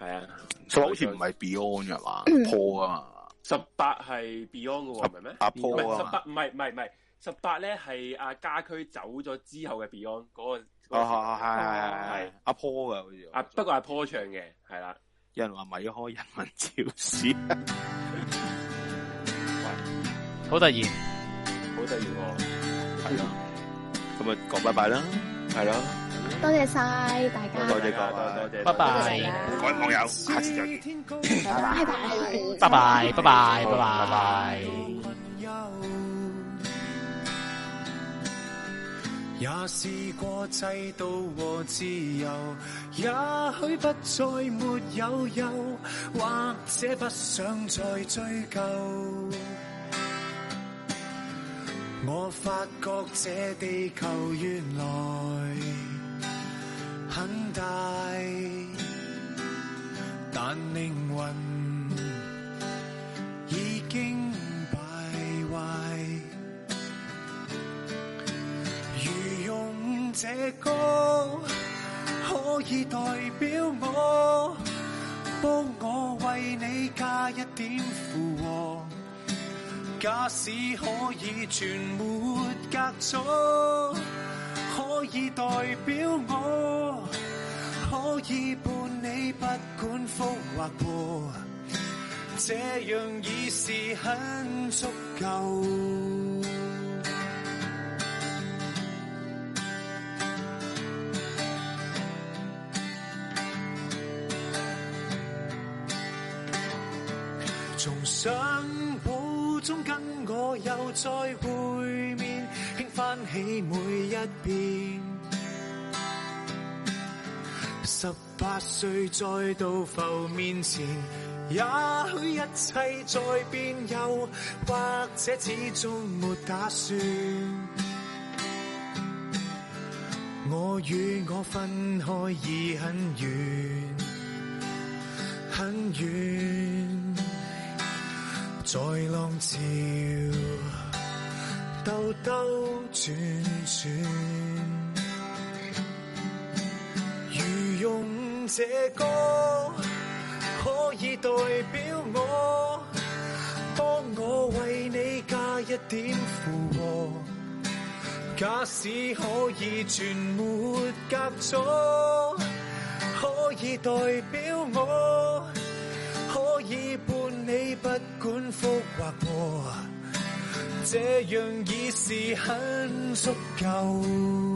係啊，十八好似唔係 Beyond 噶嘛，Paul 啊嘛，十八係 Beyond 嘅喎，唔係咩？阿 Paul 唔係啊十八，唔係唔係唔係，十八咧係阿家駒走咗之後嘅 Beyond 嗰個。哦係係係係係阿 Paul 噶好似，啊，不過係 Paul 唱嘅，係啦。有人話咪開人民超市，好突然，好突然喎，係咯，咁啊講拜拜啦，係咯，多謝晒大家，多謝各位，拜拜各位網友，下次再見。拜拜。拜拜拜拜拜拜。也試過制度和自由，也許不再沒有憂，或者不想再追究。我發覺這地球原來很大，但靈魂已經敗壞。如用這歌可可以代表我，幫我為你加一點附和。假使可以全沒隔阻，可以代表我，可以伴你不管風或禍，這樣已是很足夠。從相簿中跟我又再會面，輕翻起每一遍。十八歲再到浮面前，也許一切在變，又或者始終沒打算。我與我分開已很遠，很遠。在浪潮兜兜轉轉，如用這歌可以代表我，幫我為你加一點附和。假使可以全沒隔阻，可以代表我。可以伴你，不管福或禍，這樣已是很足夠。